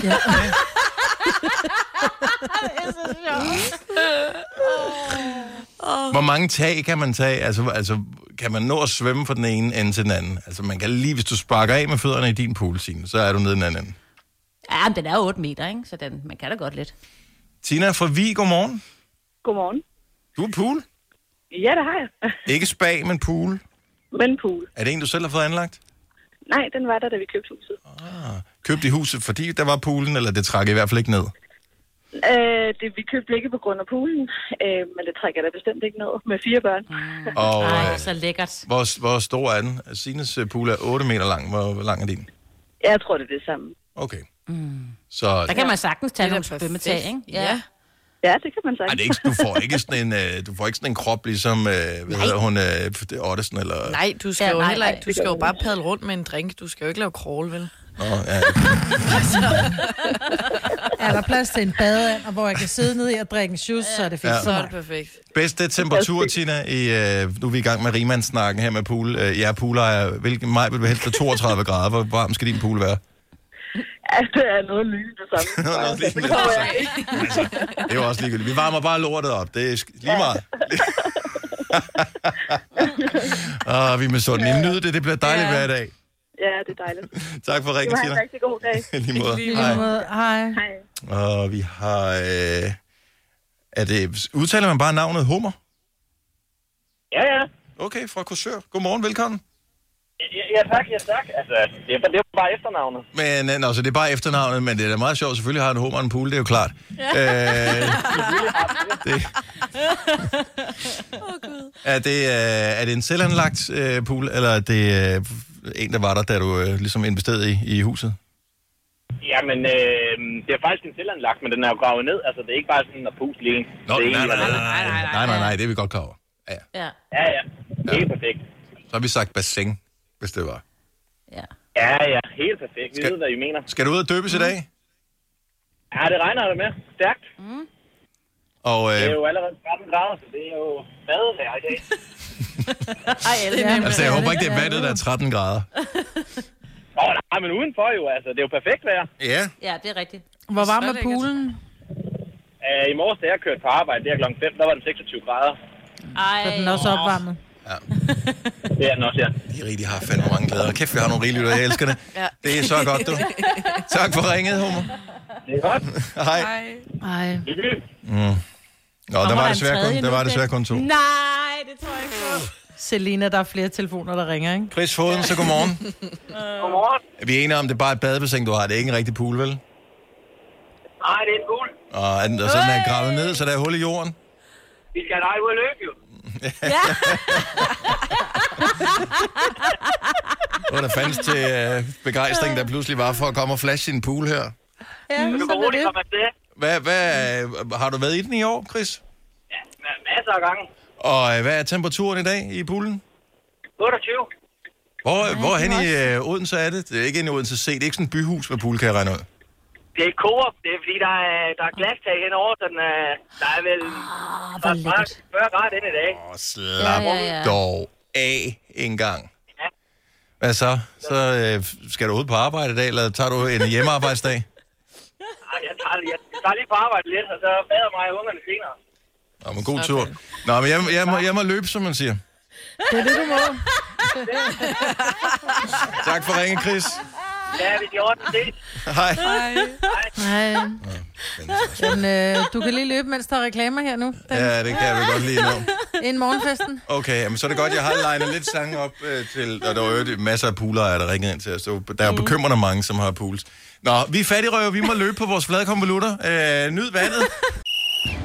[SPEAKER 2] Ja.
[SPEAKER 1] Hvor mange tag kan man tage? Altså, altså, kan man nå at svømme fra den ene ende til den anden? Altså, man kan lige, hvis du sparker af med fødderne i din pool, Signe, så er du nede i den anden ende.
[SPEAKER 4] Ja, men den er jo 8 meter, ikke? Så den, man kan da godt lidt.
[SPEAKER 1] Tina fra Vi, godmorgen.
[SPEAKER 7] Godmorgen.
[SPEAKER 1] Du er pool.
[SPEAKER 7] Ja, det har jeg.
[SPEAKER 1] Ikke spa, men pool.
[SPEAKER 7] Men pool.
[SPEAKER 1] Er det en, du selv har fået anlagt?
[SPEAKER 7] Nej, den var der, da vi købte huset.
[SPEAKER 1] Købte i huset, fordi der var poolen, eller det trak i hvert fald ikke ned?
[SPEAKER 7] Øh, det, vi købte ikke på grund af poolen, øh, men det trækker da bestemt ikke ned med fire børn.
[SPEAKER 1] Og
[SPEAKER 4] Ej,
[SPEAKER 1] øh,
[SPEAKER 4] så lækkert.
[SPEAKER 1] hvor, hvor stor er den? Sines øh, pool er 8 meter lang. Hvor hvor lang er din?
[SPEAKER 7] Ja, jeg tror, det er det samme.
[SPEAKER 1] Okay. Så
[SPEAKER 4] Der kan man sagtens tage nogle
[SPEAKER 5] da perfekt.
[SPEAKER 4] svømmetag, ikke?
[SPEAKER 5] Ja.
[SPEAKER 7] Ja, det kan man
[SPEAKER 1] Ej,
[SPEAKER 7] sige.
[SPEAKER 1] det er ikke, du, får ikke sådan en, øh, du får ikke sådan en krop, ligesom øh, hvad hedder hun, øh, f- det er Ottesen, eller...
[SPEAKER 5] Nej, du skal
[SPEAKER 4] Ja,
[SPEAKER 5] ja, jo
[SPEAKER 4] nej,
[SPEAKER 5] heller ikke.
[SPEAKER 4] nej.
[SPEAKER 5] Du skal jo bare padle rundt med en drink. Du skal jo ikke lave crawl, vel?
[SPEAKER 1] Nå, ja.
[SPEAKER 2] Er der plads til en badeand, og hvor jeg kan sidde ned i og drikke en juice, så er det fint
[SPEAKER 1] Ja.
[SPEAKER 2] ja.
[SPEAKER 5] Så
[SPEAKER 2] for
[SPEAKER 5] er det
[SPEAKER 2] mig.
[SPEAKER 5] perfekt.
[SPEAKER 1] Bedste temperatur, Tina, i, øh, nu er vi i gang med rimandsnakken her med pool. Øh, jeg er poolejer. Hvilken maj vil du helst have 32 grader? Hvor varm skal din pool være?
[SPEAKER 7] Ja, <laughs> det er noget lydigt det samme.
[SPEAKER 1] Nå, nå, lige- lige- Det er jo også ligegyldigt. Vi varmer bare lortet op. Det er sk- lige meget. <laughs> Og vi er med sådan. Nyd det. Det bliver dejligt hver dag.
[SPEAKER 7] Ja, det er
[SPEAKER 1] <laughs>
[SPEAKER 7] dejligt.
[SPEAKER 1] Tak for
[SPEAKER 7] Du
[SPEAKER 1] ringen,
[SPEAKER 7] har
[SPEAKER 1] Tina.
[SPEAKER 7] en rigtig god dag.
[SPEAKER 1] I lige måde.
[SPEAKER 2] Lige
[SPEAKER 1] Hej.
[SPEAKER 2] måde. Hej.
[SPEAKER 7] Hej.
[SPEAKER 1] Og vi har... Øh, er det, udtaler man bare navnet Hummer?
[SPEAKER 8] Ja, ja.
[SPEAKER 1] Okay, fra Korsør. Godmorgen, velkommen.
[SPEAKER 8] Ja, ja tak, ja tak. Altså, det er, det er bare efternavnet.
[SPEAKER 1] Men øh, nå, så det er bare efternavnet, men det er da meget sjovt. Selvfølgelig har en hummer en pool, det er jo klart.
[SPEAKER 2] <laughs>
[SPEAKER 1] Ja. Øh, det. er, det, øh, er det en selvanlagt øh, pool, eller er det øh, en, der var der, da du øh, ligesom investerede i, i huset?
[SPEAKER 8] Jamen, øh, det er faktisk en selvanlagt, men den er jo gravet ned. Altså, det er ikke bare sådan at puste lige.
[SPEAKER 1] Nå,
[SPEAKER 8] det
[SPEAKER 1] nej,
[SPEAKER 8] er
[SPEAKER 1] nej,
[SPEAKER 8] en,
[SPEAKER 1] nej,
[SPEAKER 8] der-
[SPEAKER 1] nej, nej, nej, nej, nej, det er vi godt klar over. Ja, ja.
[SPEAKER 4] Ja,
[SPEAKER 8] Ja, ja. Helt perfekt.
[SPEAKER 1] så har vi sagt bassin, hvis det var.
[SPEAKER 4] ja.
[SPEAKER 8] Ja, ja. Helt perfekt. Vi
[SPEAKER 1] Skal-
[SPEAKER 8] ved, hvad I mener.
[SPEAKER 1] Skal du ud og døbes i dag?
[SPEAKER 8] Ja, det regner det med. Stærkt.
[SPEAKER 1] Og, øh,
[SPEAKER 8] Det er jo allerede 13 grader, så det er jo badevejr i dag.
[SPEAKER 4] Ej, Elsa.
[SPEAKER 1] altså, jeg håber ikke, det er vandet, der er 13 grader.
[SPEAKER 8] Åh, nej, men udenfor jo, altså. Det er jo perfekt vejr.
[SPEAKER 1] Ja,
[SPEAKER 4] Ja, det er rigtigt.
[SPEAKER 2] Hvor varm
[SPEAKER 5] Så
[SPEAKER 2] er
[SPEAKER 5] lækkert.
[SPEAKER 2] poolen?
[SPEAKER 8] Øh, I morges, da jeg kørte på arbejde, der kl. 5, der var den 26 grader.
[SPEAKER 4] Ej,
[SPEAKER 2] Er den også opvarmet?
[SPEAKER 8] Det er den også, ja.
[SPEAKER 1] I rigtig har fandme mange glæder. Kæft, vi har nogle rigelige lytter. Jeg elsker det. Ja. Det er så godt, du. Tak for ringet, Homer.
[SPEAKER 8] Det er godt.
[SPEAKER 1] Hej.
[SPEAKER 2] Nej.
[SPEAKER 8] Hyggeligt.
[SPEAKER 1] Nå, der
[SPEAKER 4] der
[SPEAKER 1] var
[SPEAKER 4] en
[SPEAKER 1] desværre kun,
[SPEAKER 4] tredje
[SPEAKER 1] der
[SPEAKER 4] nu, Mm.
[SPEAKER 1] var
[SPEAKER 4] det-
[SPEAKER 1] desværre kun to.
[SPEAKER 4] Nej, det tror jeg ikke på.
[SPEAKER 2] Selina, der er flere telefoner, der ringer, ikke?
[SPEAKER 1] Chris Foden, så godmorgen.
[SPEAKER 8] Godmorgen.
[SPEAKER 1] <laughs> Vi er enige om, det er bare et badebassin, du har. Det er ikke en rigtig pool, vel?
[SPEAKER 8] Nej, det er en gul.
[SPEAKER 1] Og, er den- og så den er gravet ned, så der er hul i jorden.
[SPEAKER 8] Vi skal dig ud og løbe, jo.
[SPEAKER 1] Og der fandtes til øh, begejstring, der pludselig var for at komme og flashe sin pool her.
[SPEAKER 2] Ja,
[SPEAKER 8] Du kan
[SPEAKER 2] sådan er
[SPEAKER 8] roligt
[SPEAKER 2] det.
[SPEAKER 8] komme afsted.
[SPEAKER 1] Hvad, hvad, øh, har du været i den i år, Chris?
[SPEAKER 8] Ja, ma- masser af gange.
[SPEAKER 1] Og øh, hvad er temperaturen i dag i poolen?
[SPEAKER 8] 28.
[SPEAKER 1] Hvor, hvor hen i øh, Odense er det? Det er ikke inde i Odense C. Det er ikke sådan et byhus med pool, kan jeg regne ud.
[SPEAKER 8] Det er Coop. Det er fordi, der er, der er glastag henover, så den, øh, der er vel
[SPEAKER 4] Ah, hvor
[SPEAKER 8] der er snart
[SPEAKER 4] lækkert.
[SPEAKER 8] 40 grader ind i dag.
[SPEAKER 1] Og slap ja,
[SPEAKER 4] Ja,
[SPEAKER 1] ja,
[SPEAKER 4] ja,
[SPEAKER 1] ja.
[SPEAKER 4] ja.
[SPEAKER 1] dog af en gang.
[SPEAKER 8] Ja.
[SPEAKER 1] Hvad så? Så øh, skal du ud på arbejde i dag, eller tager du en hjemmearbejdsdag?
[SPEAKER 8] Ej, jeg, tager, jeg, jeg tager lige på arbejde lidt, og så bader mig og ungerne senere.
[SPEAKER 1] Nå, men god tur. Nå, men jeg, jeg, må, jeg må løbe, som man siger.
[SPEAKER 2] Det er det, du må.
[SPEAKER 1] Tak for ringen, Chris.
[SPEAKER 8] Ja, vi gjorde det. Det
[SPEAKER 1] Hej.
[SPEAKER 2] Nej. Men øh, du kan lige løbe, mens der er reklamer her nu. Den,
[SPEAKER 1] Ja, det kan jeg vel godt lide nu.
[SPEAKER 2] Inden morgenfesten.
[SPEAKER 1] Okay, jamen, så er det godt, jeg har legnet lidt sange op øh, til... Og der var jo øvrigt masser af poolere, der ringede ind til os. Så Der er jo bekymrende mange, som har pools. Nå, vi er fattigrøver, vi må løbe på vores flade konvolutter. Øh, nyd vandet.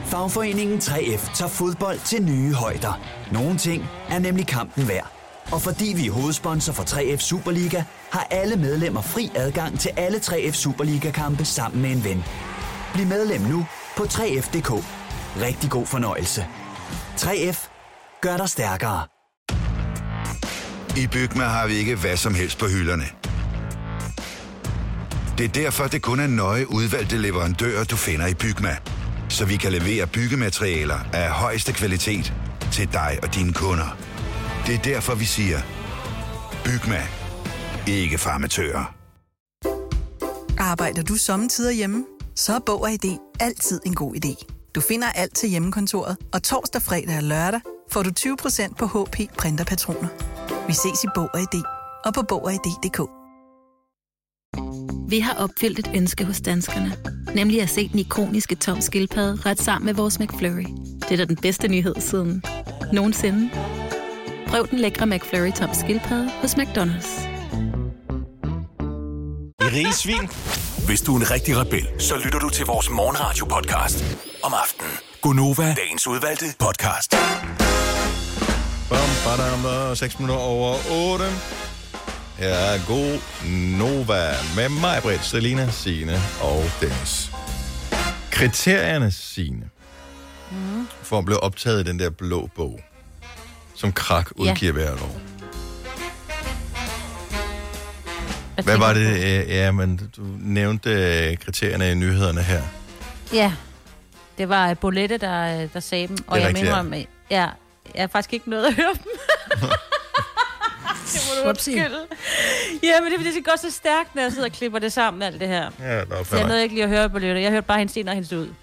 [SPEAKER 10] Fagforeningen 3F tager fodbold til nye højder. Nogle ting er nemlig kampen værd. Og fordi vi er hovedsponsor for 3F Superliga, har alle medlemmer fri adgang til alle 3F Superliga-kampe sammen med en ven. Bliv medlem nu på 3F.dk. Rigtig god fornøjelse. 3F gør dig stærkere.
[SPEAKER 11] I Bygma har vi ikke hvad som helst på hylderne. Det er derfor, det kun er nøje udvalgte leverandører, du finder i Bygma. Så vi kan levere byggematerialer af højeste kvalitet til dig og dine kunder. Det er derfor, vi siger, Bygma. Ikke farmatører.
[SPEAKER 12] Arbejder du sommetider hjemme? Så er Bog og ID altid en god idé. Du finder alt til hjemmekontoret, og torsdag, fredag og lørdag får du 20% på HP printerpatroner. Vi ses i Bog og ID og på Bog og ID.dk.
[SPEAKER 13] Vi har opfyldt et ønske hos danskerne. Nemlig at se den ikoniske tom skildpadde ret sammen med vores McFlurry. Det er da den bedste nyhed siden nogensinde. Prøv den lækre McFlurry tom skildpadde hos McDonald's.
[SPEAKER 9] Rige svin. Hvis du er en rigtig rebel, så lytter du til vores morgenradio-podcast om aftenen.
[SPEAKER 1] Gunova.
[SPEAKER 9] Dagens udvalgte podcast.
[SPEAKER 1] Bam, badam, 6 minutter over 8. Her er god Nova med mig, Britt, Selina, Signe og Dennis. Kriterierne, Signe,
[SPEAKER 4] Mm.
[SPEAKER 1] for at blive optaget i den der blå bog, som krak udgiver hvert år. Hvad var det? øh, Ja, men du nævnte øh, kriterierne i nyhederne her.
[SPEAKER 4] Ja, det var øh, Bolette, der, øh, der sagde dem. Og
[SPEAKER 1] Det er
[SPEAKER 4] jeg
[SPEAKER 1] rigtigt,
[SPEAKER 4] mener
[SPEAKER 1] ja.
[SPEAKER 4] om, ja, jeg har faktisk ikke noget at høre dem. <laughs> det må du
[SPEAKER 2] Whoopsie.
[SPEAKER 4] undskylde. Ja, men det er fordi, det går så stærkt, når jeg sidder og klipper det sammen, alt det her.
[SPEAKER 1] Ja, nå,
[SPEAKER 4] Så jeg
[SPEAKER 1] fair
[SPEAKER 4] nåede
[SPEAKER 1] nok.
[SPEAKER 4] ikke lige at høre Bolette. Jeg hørte bare hendes ind og hendes ud.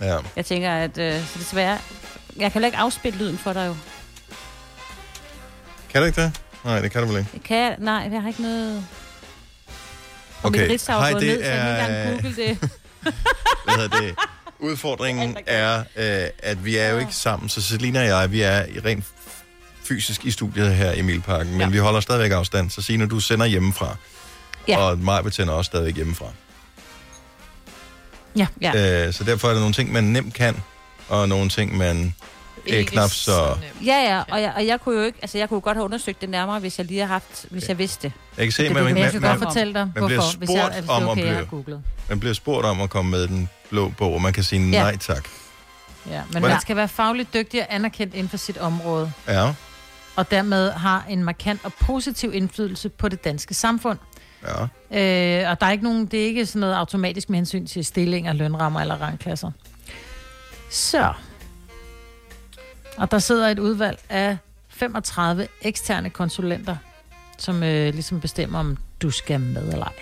[SPEAKER 1] Ja.
[SPEAKER 4] Jeg tænker, at øh, så desværre... Jeg kan heller ikke afspille lyden for dig jo.
[SPEAKER 1] Kan du ikke det? Nej, det kan du vel ikke.
[SPEAKER 4] Kan jeg? Nej, jeg har ikke noget... Og mit
[SPEAKER 1] Okay,
[SPEAKER 4] Ritzau er
[SPEAKER 1] hej,
[SPEAKER 4] gået ned,
[SPEAKER 1] det
[SPEAKER 4] så jeg kan ikke engang
[SPEAKER 1] er...
[SPEAKER 4] google det.
[SPEAKER 1] Hvad hedder det?
[SPEAKER 4] <laughs>
[SPEAKER 1] Udfordringen er, øh, at vi er jo ikke sammen, så Selina og jeg, vi er i rent fysisk i studiet her i Milparken, men ja. vi holder stadigvæk afstand, så Signe, du sender hjemmefra, ja. og mig tænder også stadigvæk hjemmefra.
[SPEAKER 4] Ja, ja.
[SPEAKER 1] Øh, så derfor er der nogle ting, man nemt kan, og nogle ting, man øh,
[SPEAKER 4] Ikke
[SPEAKER 1] knap så...
[SPEAKER 4] Ja, ja, og jeg, og jeg kunne jo ikke, altså jeg kunne jo godt have undersøgt det nærmere, hvis jeg lige har haft, hvis jeg vidste det.
[SPEAKER 1] Jeg kan se,
[SPEAKER 4] Det
[SPEAKER 1] man,
[SPEAKER 4] kan
[SPEAKER 1] man,
[SPEAKER 4] jeg
[SPEAKER 1] man,
[SPEAKER 4] så
[SPEAKER 1] man,
[SPEAKER 4] godt fortælle dig,
[SPEAKER 1] man bliver
[SPEAKER 4] hvorfor, hvis jeg-
[SPEAKER 1] spurgt
[SPEAKER 4] hvis det er
[SPEAKER 1] om at
[SPEAKER 4] okay, jeg har
[SPEAKER 1] blive...
[SPEAKER 4] googlet.
[SPEAKER 1] Man bliver spurgt om at komme med den blå bog, og man kan sige
[SPEAKER 2] Ja.
[SPEAKER 1] nej tak.
[SPEAKER 2] Ja, men
[SPEAKER 1] Hvordan-
[SPEAKER 2] man skal være fagligt dygtig og anerkendt inden for sit område,
[SPEAKER 1] Ja,
[SPEAKER 2] og dermed har en markant og positiv indflydelse på det danske samfund.
[SPEAKER 1] ja.
[SPEAKER 2] Øh, og der er ikke nogen, det er ikke sådan noget automatisk med hensyn til stillinger, lønrammer eller rangklasser. Så. Og der sidder et udvalg af 35 eksterne konsulenter, som øh, ligesom bestemmer, om du skal med eller ej.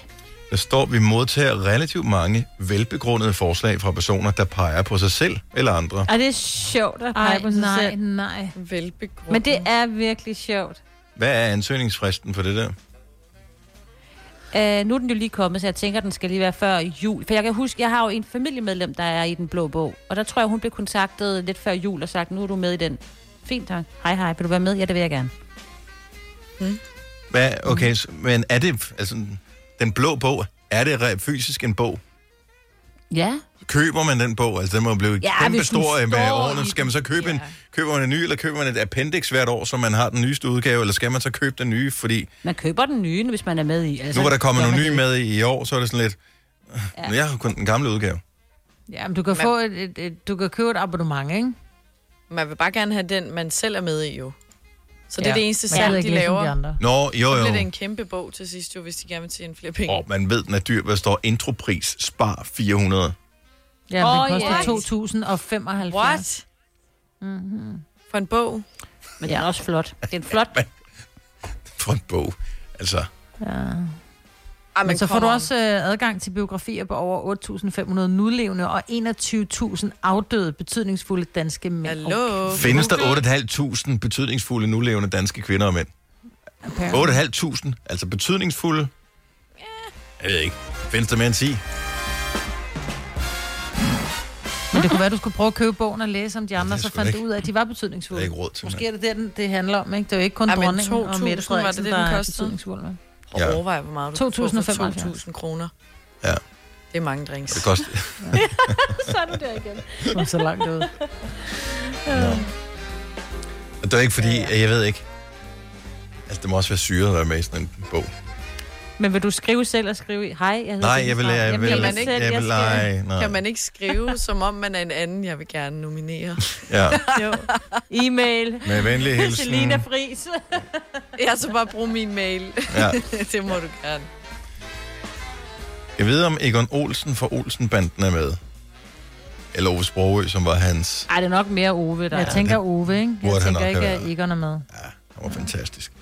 [SPEAKER 1] Der står, vi modtager relativt mange velbegrundede forslag fra personer, der peger på sig selv eller andre.
[SPEAKER 4] Og det er sjovt at pege
[SPEAKER 2] Ej,
[SPEAKER 4] på sig
[SPEAKER 2] nej,
[SPEAKER 4] selv.
[SPEAKER 2] nej,
[SPEAKER 4] Velbegrundet. Men det er virkelig sjovt.
[SPEAKER 1] Hvad er ansøgningsfristen for det der?
[SPEAKER 4] Uh, nu er den jo lige kommet, så jeg tænker, den skal lige være før jul. For jeg kan huske, jeg har jo en familiemedlem, der er i den blå bog. Og der tror jeg, hun blev kontaktet lidt før jul og sagt, nu er du med i den. Fint, tak. Hej, hej. Vil du være med? Ja, det vil jeg gerne.
[SPEAKER 1] Hvad, okay, så, men er det, altså, den blå bog, er det re- fysisk en bog?
[SPEAKER 4] Ja.
[SPEAKER 1] Køber man den bog? Altså, den må blive
[SPEAKER 4] Ja,
[SPEAKER 1] ja, kæmpe
[SPEAKER 4] hvis den
[SPEAKER 1] stor øh, med
[SPEAKER 4] står i
[SPEAKER 1] årene.
[SPEAKER 4] den.
[SPEAKER 1] Skal man så købe ja. en, køber man en ny, eller køber man et appendix hvert år, så man har den nyeste udgave, eller skal man så købe den nye? Fordi
[SPEAKER 4] Man køber den nye, hvis man er med i. Altså,
[SPEAKER 1] nu var der kommet
[SPEAKER 4] gør
[SPEAKER 1] nogle
[SPEAKER 4] man
[SPEAKER 1] nye
[SPEAKER 4] det.
[SPEAKER 1] med i, i år, så er det sådan lidt, ja. men jeg har kun den gamle udgave.
[SPEAKER 2] Ja, men du kan, få et, et, et, du kan købe et abonnement, ikke?
[SPEAKER 5] Man vil bare gerne have den, man selv er med i jo. Så det er
[SPEAKER 2] Ja,
[SPEAKER 5] det eneste
[SPEAKER 2] man gider
[SPEAKER 5] salg,
[SPEAKER 2] ikke
[SPEAKER 5] de
[SPEAKER 2] læse om
[SPEAKER 5] laver.
[SPEAKER 2] de andre.
[SPEAKER 1] Nå, jo,
[SPEAKER 5] Så
[SPEAKER 1] jo.
[SPEAKER 5] bliver det en kæmpe bog til sidst jo, hvis de gerne vil tjene flere penge.
[SPEAKER 1] Og man ved, den er dyr, hvad står intropris, spar 400.
[SPEAKER 2] Ja, oh,
[SPEAKER 5] Åh,
[SPEAKER 2] den koster
[SPEAKER 5] ja.
[SPEAKER 2] 2075.
[SPEAKER 5] What?
[SPEAKER 2] Mm-hmm.
[SPEAKER 5] For en bog.
[SPEAKER 4] Men den er også flot. Det er en
[SPEAKER 1] <laughs>
[SPEAKER 4] flot
[SPEAKER 1] For en bog. Altså,
[SPEAKER 2] Ja.
[SPEAKER 5] Ej,
[SPEAKER 2] men så får
[SPEAKER 5] come
[SPEAKER 2] du
[SPEAKER 5] on.
[SPEAKER 2] også øh, adgang til biografier på over 8.500 nulevende og 21.000 afdøde betydningsfulde danske mænd. Oh, Hallo?
[SPEAKER 1] findes der 8.500 betydningsfulde nulevende danske kvinder og mænd? 8.500, altså betydningsfulde? Jeg ved ikke. Findes der mere end 10?
[SPEAKER 2] Men det kunne være, du skulle prøve at købe bogen og læse om de andre,
[SPEAKER 1] er
[SPEAKER 2] så
[SPEAKER 1] sgu
[SPEAKER 2] fandt
[SPEAKER 1] ikke-
[SPEAKER 2] du ud af, at de var betydningsfulde. Måske er det der, den- det handler om, ikke? Det er jo ikke kun
[SPEAKER 5] Ej,
[SPEAKER 2] ja,
[SPEAKER 5] men
[SPEAKER 2] dronningen og
[SPEAKER 5] 2.000 var
[SPEAKER 2] Mette
[SPEAKER 5] det
[SPEAKER 2] Frederiksen,
[SPEAKER 5] det,
[SPEAKER 2] det,
[SPEAKER 5] den
[SPEAKER 2] der er
[SPEAKER 5] kostede?
[SPEAKER 2] betydningsfulde. Med.
[SPEAKER 5] Og
[SPEAKER 1] Ja.
[SPEAKER 5] overvej, hvor meget du kan få for
[SPEAKER 2] 2.075.
[SPEAKER 5] 2.000 kroner.
[SPEAKER 1] Ja.
[SPEAKER 5] Det er mange drinks.
[SPEAKER 1] Det
[SPEAKER 5] <laughs>
[SPEAKER 1] koster-
[SPEAKER 4] så er du der igen.
[SPEAKER 2] Kom så langt ud.
[SPEAKER 1] Og det er ikke fordi, jeg ved ikke. Altså, det må også være syret at være med i sådan en bog.
[SPEAKER 4] Men vil du skrive selv og skrive i? Hej, jeg hedder
[SPEAKER 1] Nej,
[SPEAKER 4] Dennis
[SPEAKER 1] jeg vil-
[SPEAKER 4] Ravn.
[SPEAKER 1] jeg vil-
[SPEAKER 4] bliver
[SPEAKER 1] jeg
[SPEAKER 4] selv,
[SPEAKER 1] vil-
[SPEAKER 4] skal-
[SPEAKER 1] nej, nej.
[SPEAKER 5] Kan man ikke
[SPEAKER 1] <laughs>
[SPEAKER 5] skrive, som om man er en anden, jeg vil gerne nominere?
[SPEAKER 1] Ja.
[SPEAKER 5] Jo.
[SPEAKER 4] <laughs> E-mail.
[SPEAKER 1] Med venlig hilsen.
[SPEAKER 4] Selina Friis.
[SPEAKER 5] Jeg så bare bruge min mail. <laughs>
[SPEAKER 1] Ja.
[SPEAKER 5] det må du gerne.
[SPEAKER 1] Jeg ved, om Egon Olsen fra Olsenbanden er med. Eller Ove Sprogø, som var hans.
[SPEAKER 2] Ej, det er nok mere Ove, der
[SPEAKER 1] Ja,
[SPEAKER 2] Jeg tænker
[SPEAKER 1] det
[SPEAKER 2] Ove, ikke?
[SPEAKER 1] burde
[SPEAKER 2] Jeg
[SPEAKER 1] han
[SPEAKER 2] tænker
[SPEAKER 1] nok
[SPEAKER 2] ikke,
[SPEAKER 1] have
[SPEAKER 2] at Egon er med.
[SPEAKER 1] Han var fantastisk.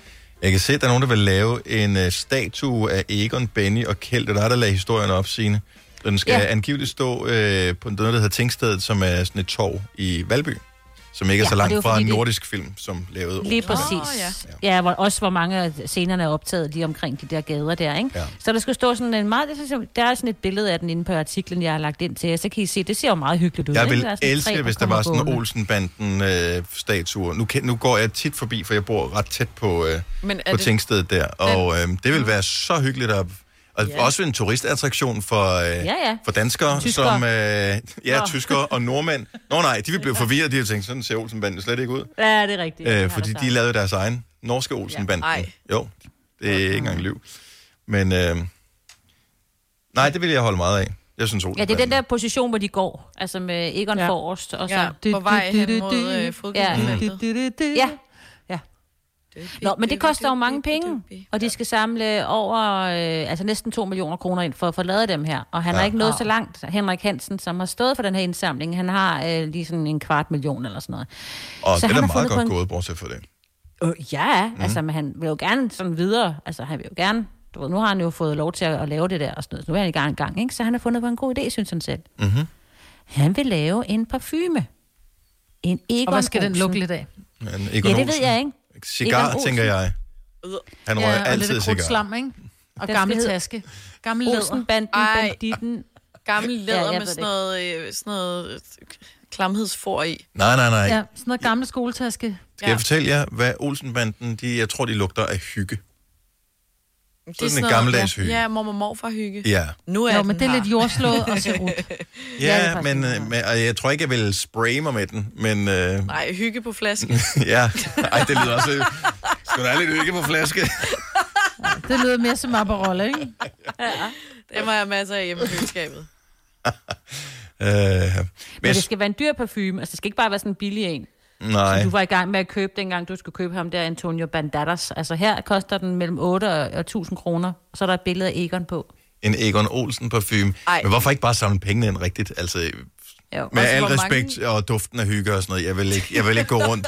[SPEAKER 1] Jeg kan se, at der er nogen, der vil lave en uh, statue af Egon, Benny og Kjeld. Det er dig, der lagde historien op, Signe. Den skal
[SPEAKER 14] Ja.
[SPEAKER 1] ja. angiveligt stå uh, på noget, der hedder Tingstedet, som er sådan et torv i Valby. Som ikke er
[SPEAKER 4] Ja,
[SPEAKER 1] så
[SPEAKER 4] og det er jo
[SPEAKER 1] langt fra
[SPEAKER 4] fordi,
[SPEAKER 1] en
[SPEAKER 4] det-
[SPEAKER 1] nordisk film, som lavede
[SPEAKER 4] Lige
[SPEAKER 1] Olsen.
[SPEAKER 4] præcis. Oh, ja. ja, hvor, også hvor mange af scenerne er optaget lige omkring de der gader der, ikke?
[SPEAKER 1] Ja.
[SPEAKER 4] Så der skulle stå sådan en meget... det er sådan- Der er sådan et billede af den inde på artiklen, jeg har lagt ind til jer. Så kan I se, det ser jo meget hyggeligt ud.
[SPEAKER 1] Jeg
[SPEAKER 4] ikke?
[SPEAKER 1] vil
[SPEAKER 4] Der er sådan et træ,
[SPEAKER 1] elske, hvis der
[SPEAKER 4] kommer
[SPEAKER 1] var sådan en
[SPEAKER 4] gående.
[SPEAKER 1] Olsenbanden-statue. nu, ken- nu går jeg tit forbi, for jeg bor ret tæt på, øh,
[SPEAKER 5] Men
[SPEAKER 1] på det... Tingstedet der. Og øh, det vil være så hyggeligt at... Og
[SPEAKER 5] Ja.
[SPEAKER 1] ja. også en turistattraktion for, øh,
[SPEAKER 5] Ja, ja.
[SPEAKER 1] for danskere,
[SPEAKER 5] Tyskere.
[SPEAKER 1] som... Øh, ja,
[SPEAKER 5] Nå.
[SPEAKER 1] tyskere og nordmænd. Nå nej, de vil
[SPEAKER 4] <laughs>
[SPEAKER 1] blive forvirret, de har tænkt, sådan ser Olsenbanden slet ikke ud.
[SPEAKER 4] Ja, det er rigtigt. Det har
[SPEAKER 1] Øh, fordi
[SPEAKER 4] der
[SPEAKER 1] de
[SPEAKER 4] sagt.
[SPEAKER 1] lavede deres egen norske Olsenbanden.
[SPEAKER 4] Ja, ej.
[SPEAKER 1] jo, det er ikke engang liv. Men øh, nej, det vil jeg holde meget af. Jeg synes
[SPEAKER 4] Ja, det
[SPEAKER 1] Olsenbanden.
[SPEAKER 4] er den der position, hvor de går. Altså med Egon ja. forrest. Og så...
[SPEAKER 5] Ja, på vej hen mod, øh, fodboldfeltet.
[SPEAKER 4] Ja. ja. Nå, men det koster jo mange penge, og de skal samle over, øh, altså næsten 2 millioner kroner ind for at få lavet dem her. Og han har
[SPEAKER 2] Ja.
[SPEAKER 4] ikke nået
[SPEAKER 2] Wow.
[SPEAKER 4] så langt, Henrik Hansen, som har stået for den her indsamling. Han har øh, lige sådan en kvart million eller sådan noget.
[SPEAKER 1] Og
[SPEAKER 4] så
[SPEAKER 1] den
[SPEAKER 4] han
[SPEAKER 1] er
[SPEAKER 4] har
[SPEAKER 1] meget
[SPEAKER 4] fundet på
[SPEAKER 1] godt
[SPEAKER 4] en-
[SPEAKER 1] gået, bortset fra det.
[SPEAKER 4] Øh, ja, mm.
[SPEAKER 1] Mhm.
[SPEAKER 4] altså men han vil jo gerne sådan videre. Altså han vil jo gerne, du ved, nu har han jo fået lov til at, at lave det der og sådan noget. Så nu er han i gang en gang, ikke? Så han har fundet på en god idé, synes han selv.
[SPEAKER 1] Mm-hmm.
[SPEAKER 4] Han vil lave en parfume. En Egon
[SPEAKER 2] Og hvad skal den
[SPEAKER 4] Olsen.
[SPEAKER 2] lugte lidt af?
[SPEAKER 1] Men
[SPEAKER 4] Ja,
[SPEAKER 1] Egon
[SPEAKER 4] det ved
[SPEAKER 1] Olsen.
[SPEAKER 4] jeg ikke.
[SPEAKER 1] Cigar,
[SPEAKER 4] Egon Olsen.
[SPEAKER 1] tænker jeg. Han røg
[SPEAKER 2] og
[SPEAKER 1] altid
[SPEAKER 2] lidt
[SPEAKER 1] cigar.
[SPEAKER 2] krudtslam, ikke? Og
[SPEAKER 4] Den
[SPEAKER 2] gammel
[SPEAKER 4] skal hedde
[SPEAKER 2] taske. Gammel læder.
[SPEAKER 4] Olsenbanden, banditten.
[SPEAKER 5] Gammel læder
[SPEAKER 2] jeg
[SPEAKER 5] ja,
[SPEAKER 2] ved det
[SPEAKER 5] med sådan noget, øh, sådan noget øh, klamhedsfor i.
[SPEAKER 1] Nej, nej, nej.
[SPEAKER 2] Ja, sådan noget gammel skoletaske.
[SPEAKER 1] Skal jeg fortælle jer, hvad Olsenbanden, de, jeg tror, de lugter af hygge.
[SPEAKER 5] Det
[SPEAKER 1] sådan en gammeldags
[SPEAKER 5] ja.
[SPEAKER 1] hygge.
[SPEAKER 5] Ja, mormor morfar hygge.
[SPEAKER 1] Ja.
[SPEAKER 5] Nu er
[SPEAKER 2] Jo,
[SPEAKER 5] den
[SPEAKER 2] men det er
[SPEAKER 5] her.
[SPEAKER 2] lidt jordslået og serut.
[SPEAKER 1] Ja, ja men, øh, men og jeg tror ikke, jeg vil spraye mig med den, men... Øh,
[SPEAKER 5] Nej, hygge på
[SPEAKER 1] <laughs>
[SPEAKER 5] flasken.
[SPEAKER 1] ja, Ej, det lyder også... Skal der have lidt hygge på flaske? Øh,
[SPEAKER 2] Det lyder mere som Aperol, ikke?
[SPEAKER 5] ja. Det må jeg have masser af hjemme i køleskabet.
[SPEAKER 1] Øh, men
[SPEAKER 4] Men
[SPEAKER 1] jeg,
[SPEAKER 4] det skal være en dyr parfume, altså det skal ikke bare være sådan en billig en.
[SPEAKER 1] nej,
[SPEAKER 4] Som du var i gang med at købe, dengang du skulle købe ham der, Antonio Bandadas. Altså her koster den mellem 8 og og 1000 kroner, og så er der et billede af Egon på.
[SPEAKER 1] en Egon Olsen parfume.
[SPEAKER 4] Ej.
[SPEAKER 1] Men hvorfor ikke bare samle pengene ind rigtigt? Altså,
[SPEAKER 4] Jo.
[SPEAKER 1] med al respekt og duften af hygge og sådan noget. Jeg vil ikke, jeg vil ikke gå rundt.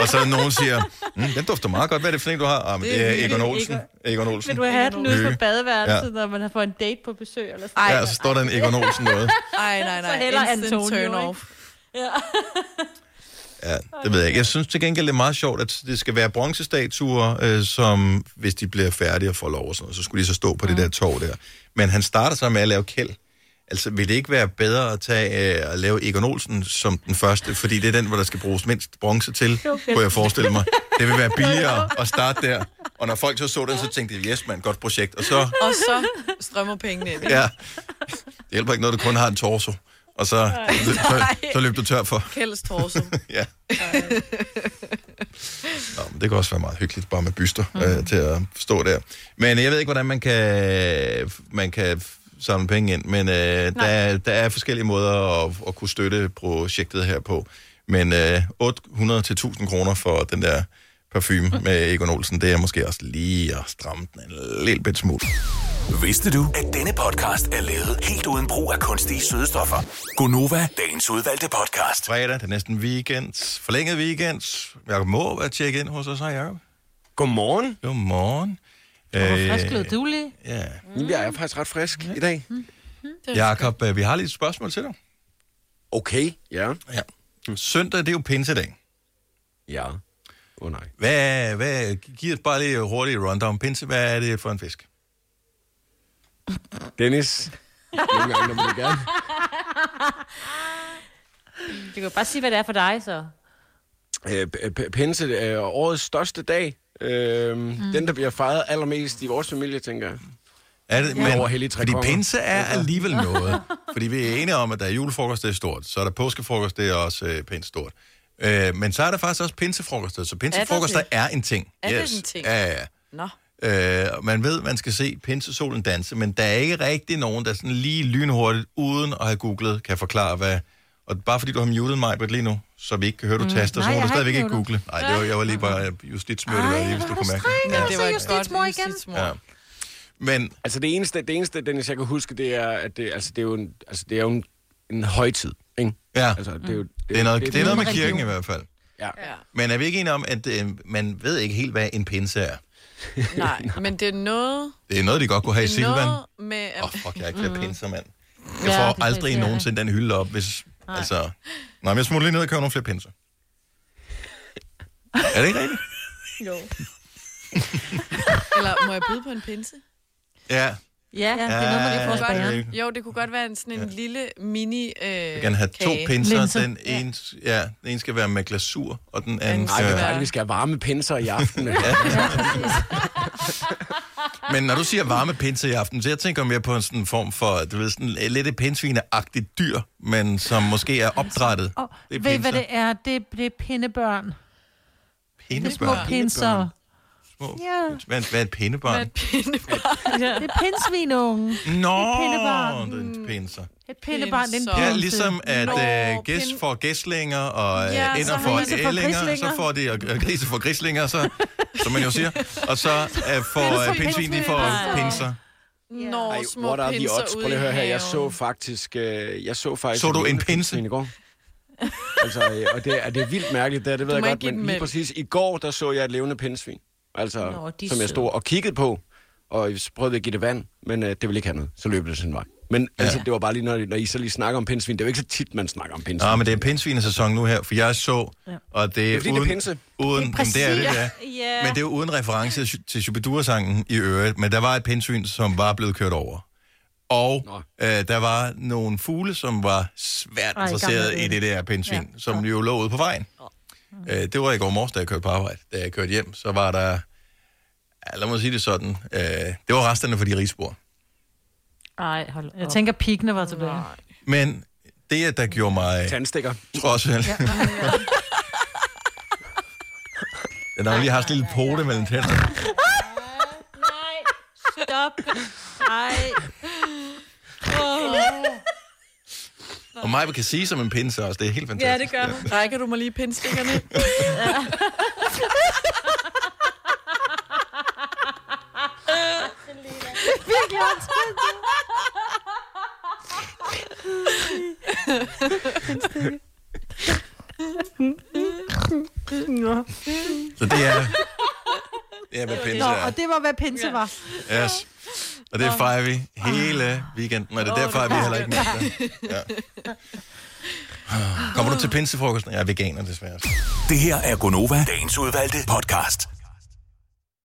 [SPEAKER 1] Og så nogen siger, mm, den dufter meget godt. Hvad er det for en, du har? Ah, men det er Egon Olsen. Egon Olsen.
[SPEAKER 4] Vil du have den ude på
[SPEAKER 1] Hygge.
[SPEAKER 4] badeværelset,
[SPEAKER 1] Ja.
[SPEAKER 4] ja. når man har fået en date på besøg? Eller sådan
[SPEAKER 1] Ej, ja, og så står der en Egon Olsen noget.
[SPEAKER 5] Ej, nej, nej.
[SPEAKER 4] Så heller
[SPEAKER 5] Instant
[SPEAKER 4] Antonio,
[SPEAKER 5] turn
[SPEAKER 4] ikke?
[SPEAKER 5] off.
[SPEAKER 4] Ja.
[SPEAKER 1] Ja, det ved jeg ikke. Jeg synes til gengæld, det er meget sjovt, at det skal være bronzestatuer, øh, som hvis de bliver færdige og får lov og sådan noget, så skulle de så stå på det der tog der. Men han starter så med at lave kæld. Altså, vil det ikke være bedre at tage øh, at lave Egon Olsen som den første, fordi det er den, hvor der skal bruges mindst bronze til,
[SPEAKER 14] Okay.
[SPEAKER 1] kunne jeg forestille mig. Det vil være billigere at starte der. Og når folk så så den, så tænkte de, yes, man, godt projekt. Og så,
[SPEAKER 5] Og så strømmer pengene ind.
[SPEAKER 1] ja, det hjælper ikke noget, du kun har en torso. Og så, så, så løb du tør for.
[SPEAKER 5] Kælds torso.
[SPEAKER 2] <laughs>
[SPEAKER 1] Ja. Nå, men det kan også være meget hyggeligt, bare med byster mm. øh, til at stå der. Men jeg ved ikke, hvordan man kan, man kan samle penge ind, men øh, der, er- der er forskellige måder at, at kunne støtte projektet her på. Men øh, 800 til 1000 kroner for den der parfume
[SPEAKER 2] Mm.
[SPEAKER 1] med Egon Olsen, det er måske også lige at stramme den en lille bit smule.
[SPEAKER 9] Vidste du, at denne podcast er lavet helt uden brug af kunstige sødestoffer?
[SPEAKER 1] Gonova,
[SPEAKER 9] Dagens udvalgte podcast.
[SPEAKER 1] fredag, det er næsten weekend, forlænget weekend. Jakob må at tjekke ind hos os, hej Jacob. Godmorgen. Godmorgen. Øh,
[SPEAKER 2] Hvor frisk lød du lige?
[SPEAKER 1] Ja.
[SPEAKER 15] Mm. Jeg er faktisk ret frisk i dag.
[SPEAKER 1] Jakob, øh, vi har lige et spørgsmål til dig.
[SPEAKER 15] Okay, ja.
[SPEAKER 1] ja. Søndag, det er jo pinsedag.
[SPEAKER 15] Ja. Åh oh, nej.
[SPEAKER 1] Hvad, hvad, giv os bare lige hurtigt rundown. Pinse, hvad er det for en fisk?
[SPEAKER 15] Dennis. Nogle gange, når man gerne.
[SPEAKER 4] Du kan jo bare sige, hvad det er for dig, så.
[SPEAKER 15] Øh, p- p- Pinse er årets største dag. Øh, mm. Den, der bliver fejret allermest i vores familie, tænker jeg.
[SPEAKER 1] Er det,
[SPEAKER 15] Ja. Over Hellige Tre
[SPEAKER 1] fordi
[SPEAKER 15] Konger.
[SPEAKER 1] pinse er alligevel noget. Fordi vi er enige om, at der er julefrokost, det er stort. Så er der påskefrokost, det er også øh, pænt stort. Øh, men så er der faktisk også pinsefrokoster. Så pinsefrokoster
[SPEAKER 5] det?
[SPEAKER 1] er, er en ting.
[SPEAKER 5] Er det en ting?
[SPEAKER 1] Ja, ja, ja.
[SPEAKER 5] Nå.
[SPEAKER 1] Øh, og man ved, man skal se pinsesolen danse, men der er ikke rigtig nogen, der sådan lige lynhurtigt, uden at have googlet, kan forklare, hvad Og bare fordi du har muted mig lige nu, så vi ikke kan høre, du
[SPEAKER 2] Mm.
[SPEAKER 1] taster,
[SPEAKER 2] Nej,
[SPEAKER 1] så må
[SPEAKER 2] jeg
[SPEAKER 1] du
[SPEAKER 2] har
[SPEAKER 1] stadigvæk
[SPEAKER 2] ikke
[SPEAKER 1] ikke google. Nej, det var, jeg var lige bare øh, justitsmøde,
[SPEAKER 2] Ej,
[SPEAKER 1] lige, hvis
[SPEAKER 2] hvor
[SPEAKER 1] du
[SPEAKER 2] er
[SPEAKER 1] kunne
[SPEAKER 2] du
[SPEAKER 1] mærke.
[SPEAKER 2] streng,
[SPEAKER 1] Ja.
[SPEAKER 2] altså. Så justitsmor igen.
[SPEAKER 1] Ja. Men...
[SPEAKER 15] Altså det eneste, det eneste, Dennis, jeg kan huske, det er, at det, altså, det er jo en, altså, det er jo en, en højtid, ikke?
[SPEAKER 1] Ja.
[SPEAKER 15] Altså, det, er jo,
[SPEAKER 5] Mm.
[SPEAKER 1] Det er noget, det er noget med kirken i hvert fald.
[SPEAKER 15] Ja.
[SPEAKER 1] Men er vi ikke enige om, at øh, man ved ikke helt, hvad en pinse er?
[SPEAKER 5] Nej, men det er noget...
[SPEAKER 1] Det er noget, de godt kunne have i
[SPEAKER 5] det er
[SPEAKER 1] Silvan.
[SPEAKER 5] noget med... Åh, oh,
[SPEAKER 1] Fuck, jeg er ikke flere pinser, mand. Jeg
[SPEAKER 5] Ja,
[SPEAKER 1] får
[SPEAKER 5] det er
[SPEAKER 1] aldrig
[SPEAKER 5] fedt, ja.
[SPEAKER 1] nogensinde den hylde op, hvis...
[SPEAKER 5] Nej.
[SPEAKER 1] Altså... Nej, men jeg smutter lige ned og køber nogle flere pinser. er det ikke rigtigt?
[SPEAKER 5] Jo. Eller må jeg byde på en pinse?
[SPEAKER 1] Ja.
[SPEAKER 5] Ja,
[SPEAKER 1] det er noget, man ikke får Ja, spærret. det er-
[SPEAKER 5] Jo, det kunne godt være en, sådan en lille mini øh,
[SPEAKER 1] Jeg vil gerne have to
[SPEAKER 5] kage.
[SPEAKER 1] pinser. Den ene, ja, den ene skal være med glasur, og den anden
[SPEAKER 15] Nej, vi skal- vi skal have varme pinser i aften.
[SPEAKER 1] ja. Men når du siger varme pinser i aften, så jeg tænker mere på en sådan form for, du ved, sådan lidt et pindsvineagtigt dyr, men som måske er opdrættet.
[SPEAKER 2] Og
[SPEAKER 1] Det er
[SPEAKER 2] ved I, hvad
[SPEAKER 1] pinser.
[SPEAKER 2] det er? Det, er- det er pindebørn. Det er små
[SPEAKER 1] Pindebørn.
[SPEAKER 2] pinser.
[SPEAKER 1] Små-
[SPEAKER 2] Ja.
[SPEAKER 1] Hvad, hvad er et pindebarn?
[SPEAKER 2] Det er pindsvinungen.
[SPEAKER 1] Nå,
[SPEAKER 2] Et pindebarn.
[SPEAKER 1] det er en pinser.
[SPEAKER 2] Et pindebarn, det er en
[SPEAKER 1] Ja,
[SPEAKER 2] pinse.
[SPEAKER 1] ligesom at
[SPEAKER 2] Nå,
[SPEAKER 1] øh, gæs får gæslinger, og øh,
[SPEAKER 2] Ja,
[SPEAKER 1] ja,
[SPEAKER 2] så
[SPEAKER 1] ender
[SPEAKER 2] har
[SPEAKER 1] får
[SPEAKER 2] grise får
[SPEAKER 1] ællinger, så
[SPEAKER 2] grislinger.
[SPEAKER 1] får de, og, og grise får grislinger, så, som man jo
[SPEAKER 2] <laughs>
[SPEAKER 1] siger. Og så øh, får øh, pindsvin, de
[SPEAKER 2] Ah.
[SPEAKER 1] får pinser.
[SPEAKER 5] Når
[SPEAKER 15] Ej,
[SPEAKER 5] små
[SPEAKER 15] what are the
[SPEAKER 5] pinser
[SPEAKER 15] odds? Prøv
[SPEAKER 5] ude
[SPEAKER 15] lige
[SPEAKER 5] i
[SPEAKER 15] at høre her. Jeg
[SPEAKER 5] haven.
[SPEAKER 15] så faktisk... Øh, jeg så faktisk...
[SPEAKER 1] Så du en
[SPEAKER 15] pinse? I går. altså, øh, og det, er, det er vildt mærkeligt, det, er, det ved
[SPEAKER 5] Du
[SPEAKER 15] jeg
[SPEAKER 5] må ikke
[SPEAKER 15] godt,
[SPEAKER 5] give
[SPEAKER 15] men lige
[SPEAKER 5] dem mælk.
[SPEAKER 15] præcis i går, der så jeg et levende pindsvin. Altså,
[SPEAKER 5] Nå, de
[SPEAKER 15] Nå,
[SPEAKER 5] er
[SPEAKER 15] som jeg stod
[SPEAKER 5] søde.
[SPEAKER 15] og kiggede på, og så prøvede jeg at give det vand, men øh, det ville ikke have noget. Så løb det sin vej. Men ja. altså, det var bare lige, når, når I så lige snakker om pindsvin. Det er jo ikke så tit, man snakker om pindsvin.
[SPEAKER 1] Nå, men det er pindsvinesæson nu her, for jeg så, og det
[SPEAKER 15] Det
[SPEAKER 1] er
[SPEAKER 15] er fordi, det er
[SPEAKER 1] uden...
[SPEAKER 15] pinse.
[SPEAKER 1] uden
[SPEAKER 15] Det
[SPEAKER 1] det
[SPEAKER 15] er
[SPEAKER 1] er det, er det,
[SPEAKER 15] præcis.
[SPEAKER 1] det er.
[SPEAKER 15] <laughs> Ja.
[SPEAKER 1] Men det er jo uden reference til Shubidua-sangen i øvrigt, men der var et pindsvin, som var blevet kørt over. Og øh, der var nogle fugle, som var svært
[SPEAKER 15] Ej,
[SPEAKER 1] interesseret
[SPEAKER 15] gamle
[SPEAKER 1] i det der pindsvin, ja. som jo lå ude på vejen. Øh, det var i går morges, da jeg kørte på arbejde. Da jeg kørte hjem, så var der... Ja, lad mig sige det sådan. Øh, det var resterne for de rigsbord.
[SPEAKER 2] Ej, hold Jeg tænker, pigene var tilbage.
[SPEAKER 1] Men det, der gjorde mig...
[SPEAKER 15] Tandstikker.
[SPEAKER 1] Trods alt. Ja. Den har jo lige haft en lille pote mellem tænderne.
[SPEAKER 4] Nej, stop. <laughs> Nej.
[SPEAKER 1] Og mig kan sige som en pinse også. Det er helt fantastisk.
[SPEAKER 5] Ja, det gør hun. Rækker du mig lige <laughs> pindstikkerne?
[SPEAKER 2] Virkelig åndssvagt. Nå.
[SPEAKER 1] Så det er... Det er, hvad pinse
[SPEAKER 2] Nå,
[SPEAKER 1] er.
[SPEAKER 2] og det var, hvad pinse var.
[SPEAKER 1] Yes. Og det fejrer vi hele weekenden, og det er derfor, at vi heller ikke med. Ja. Kommer du til pinsefrokosten? Jeg er veganer, desværre.
[SPEAKER 9] Det her er Gonova, dagens udvalgte podcast.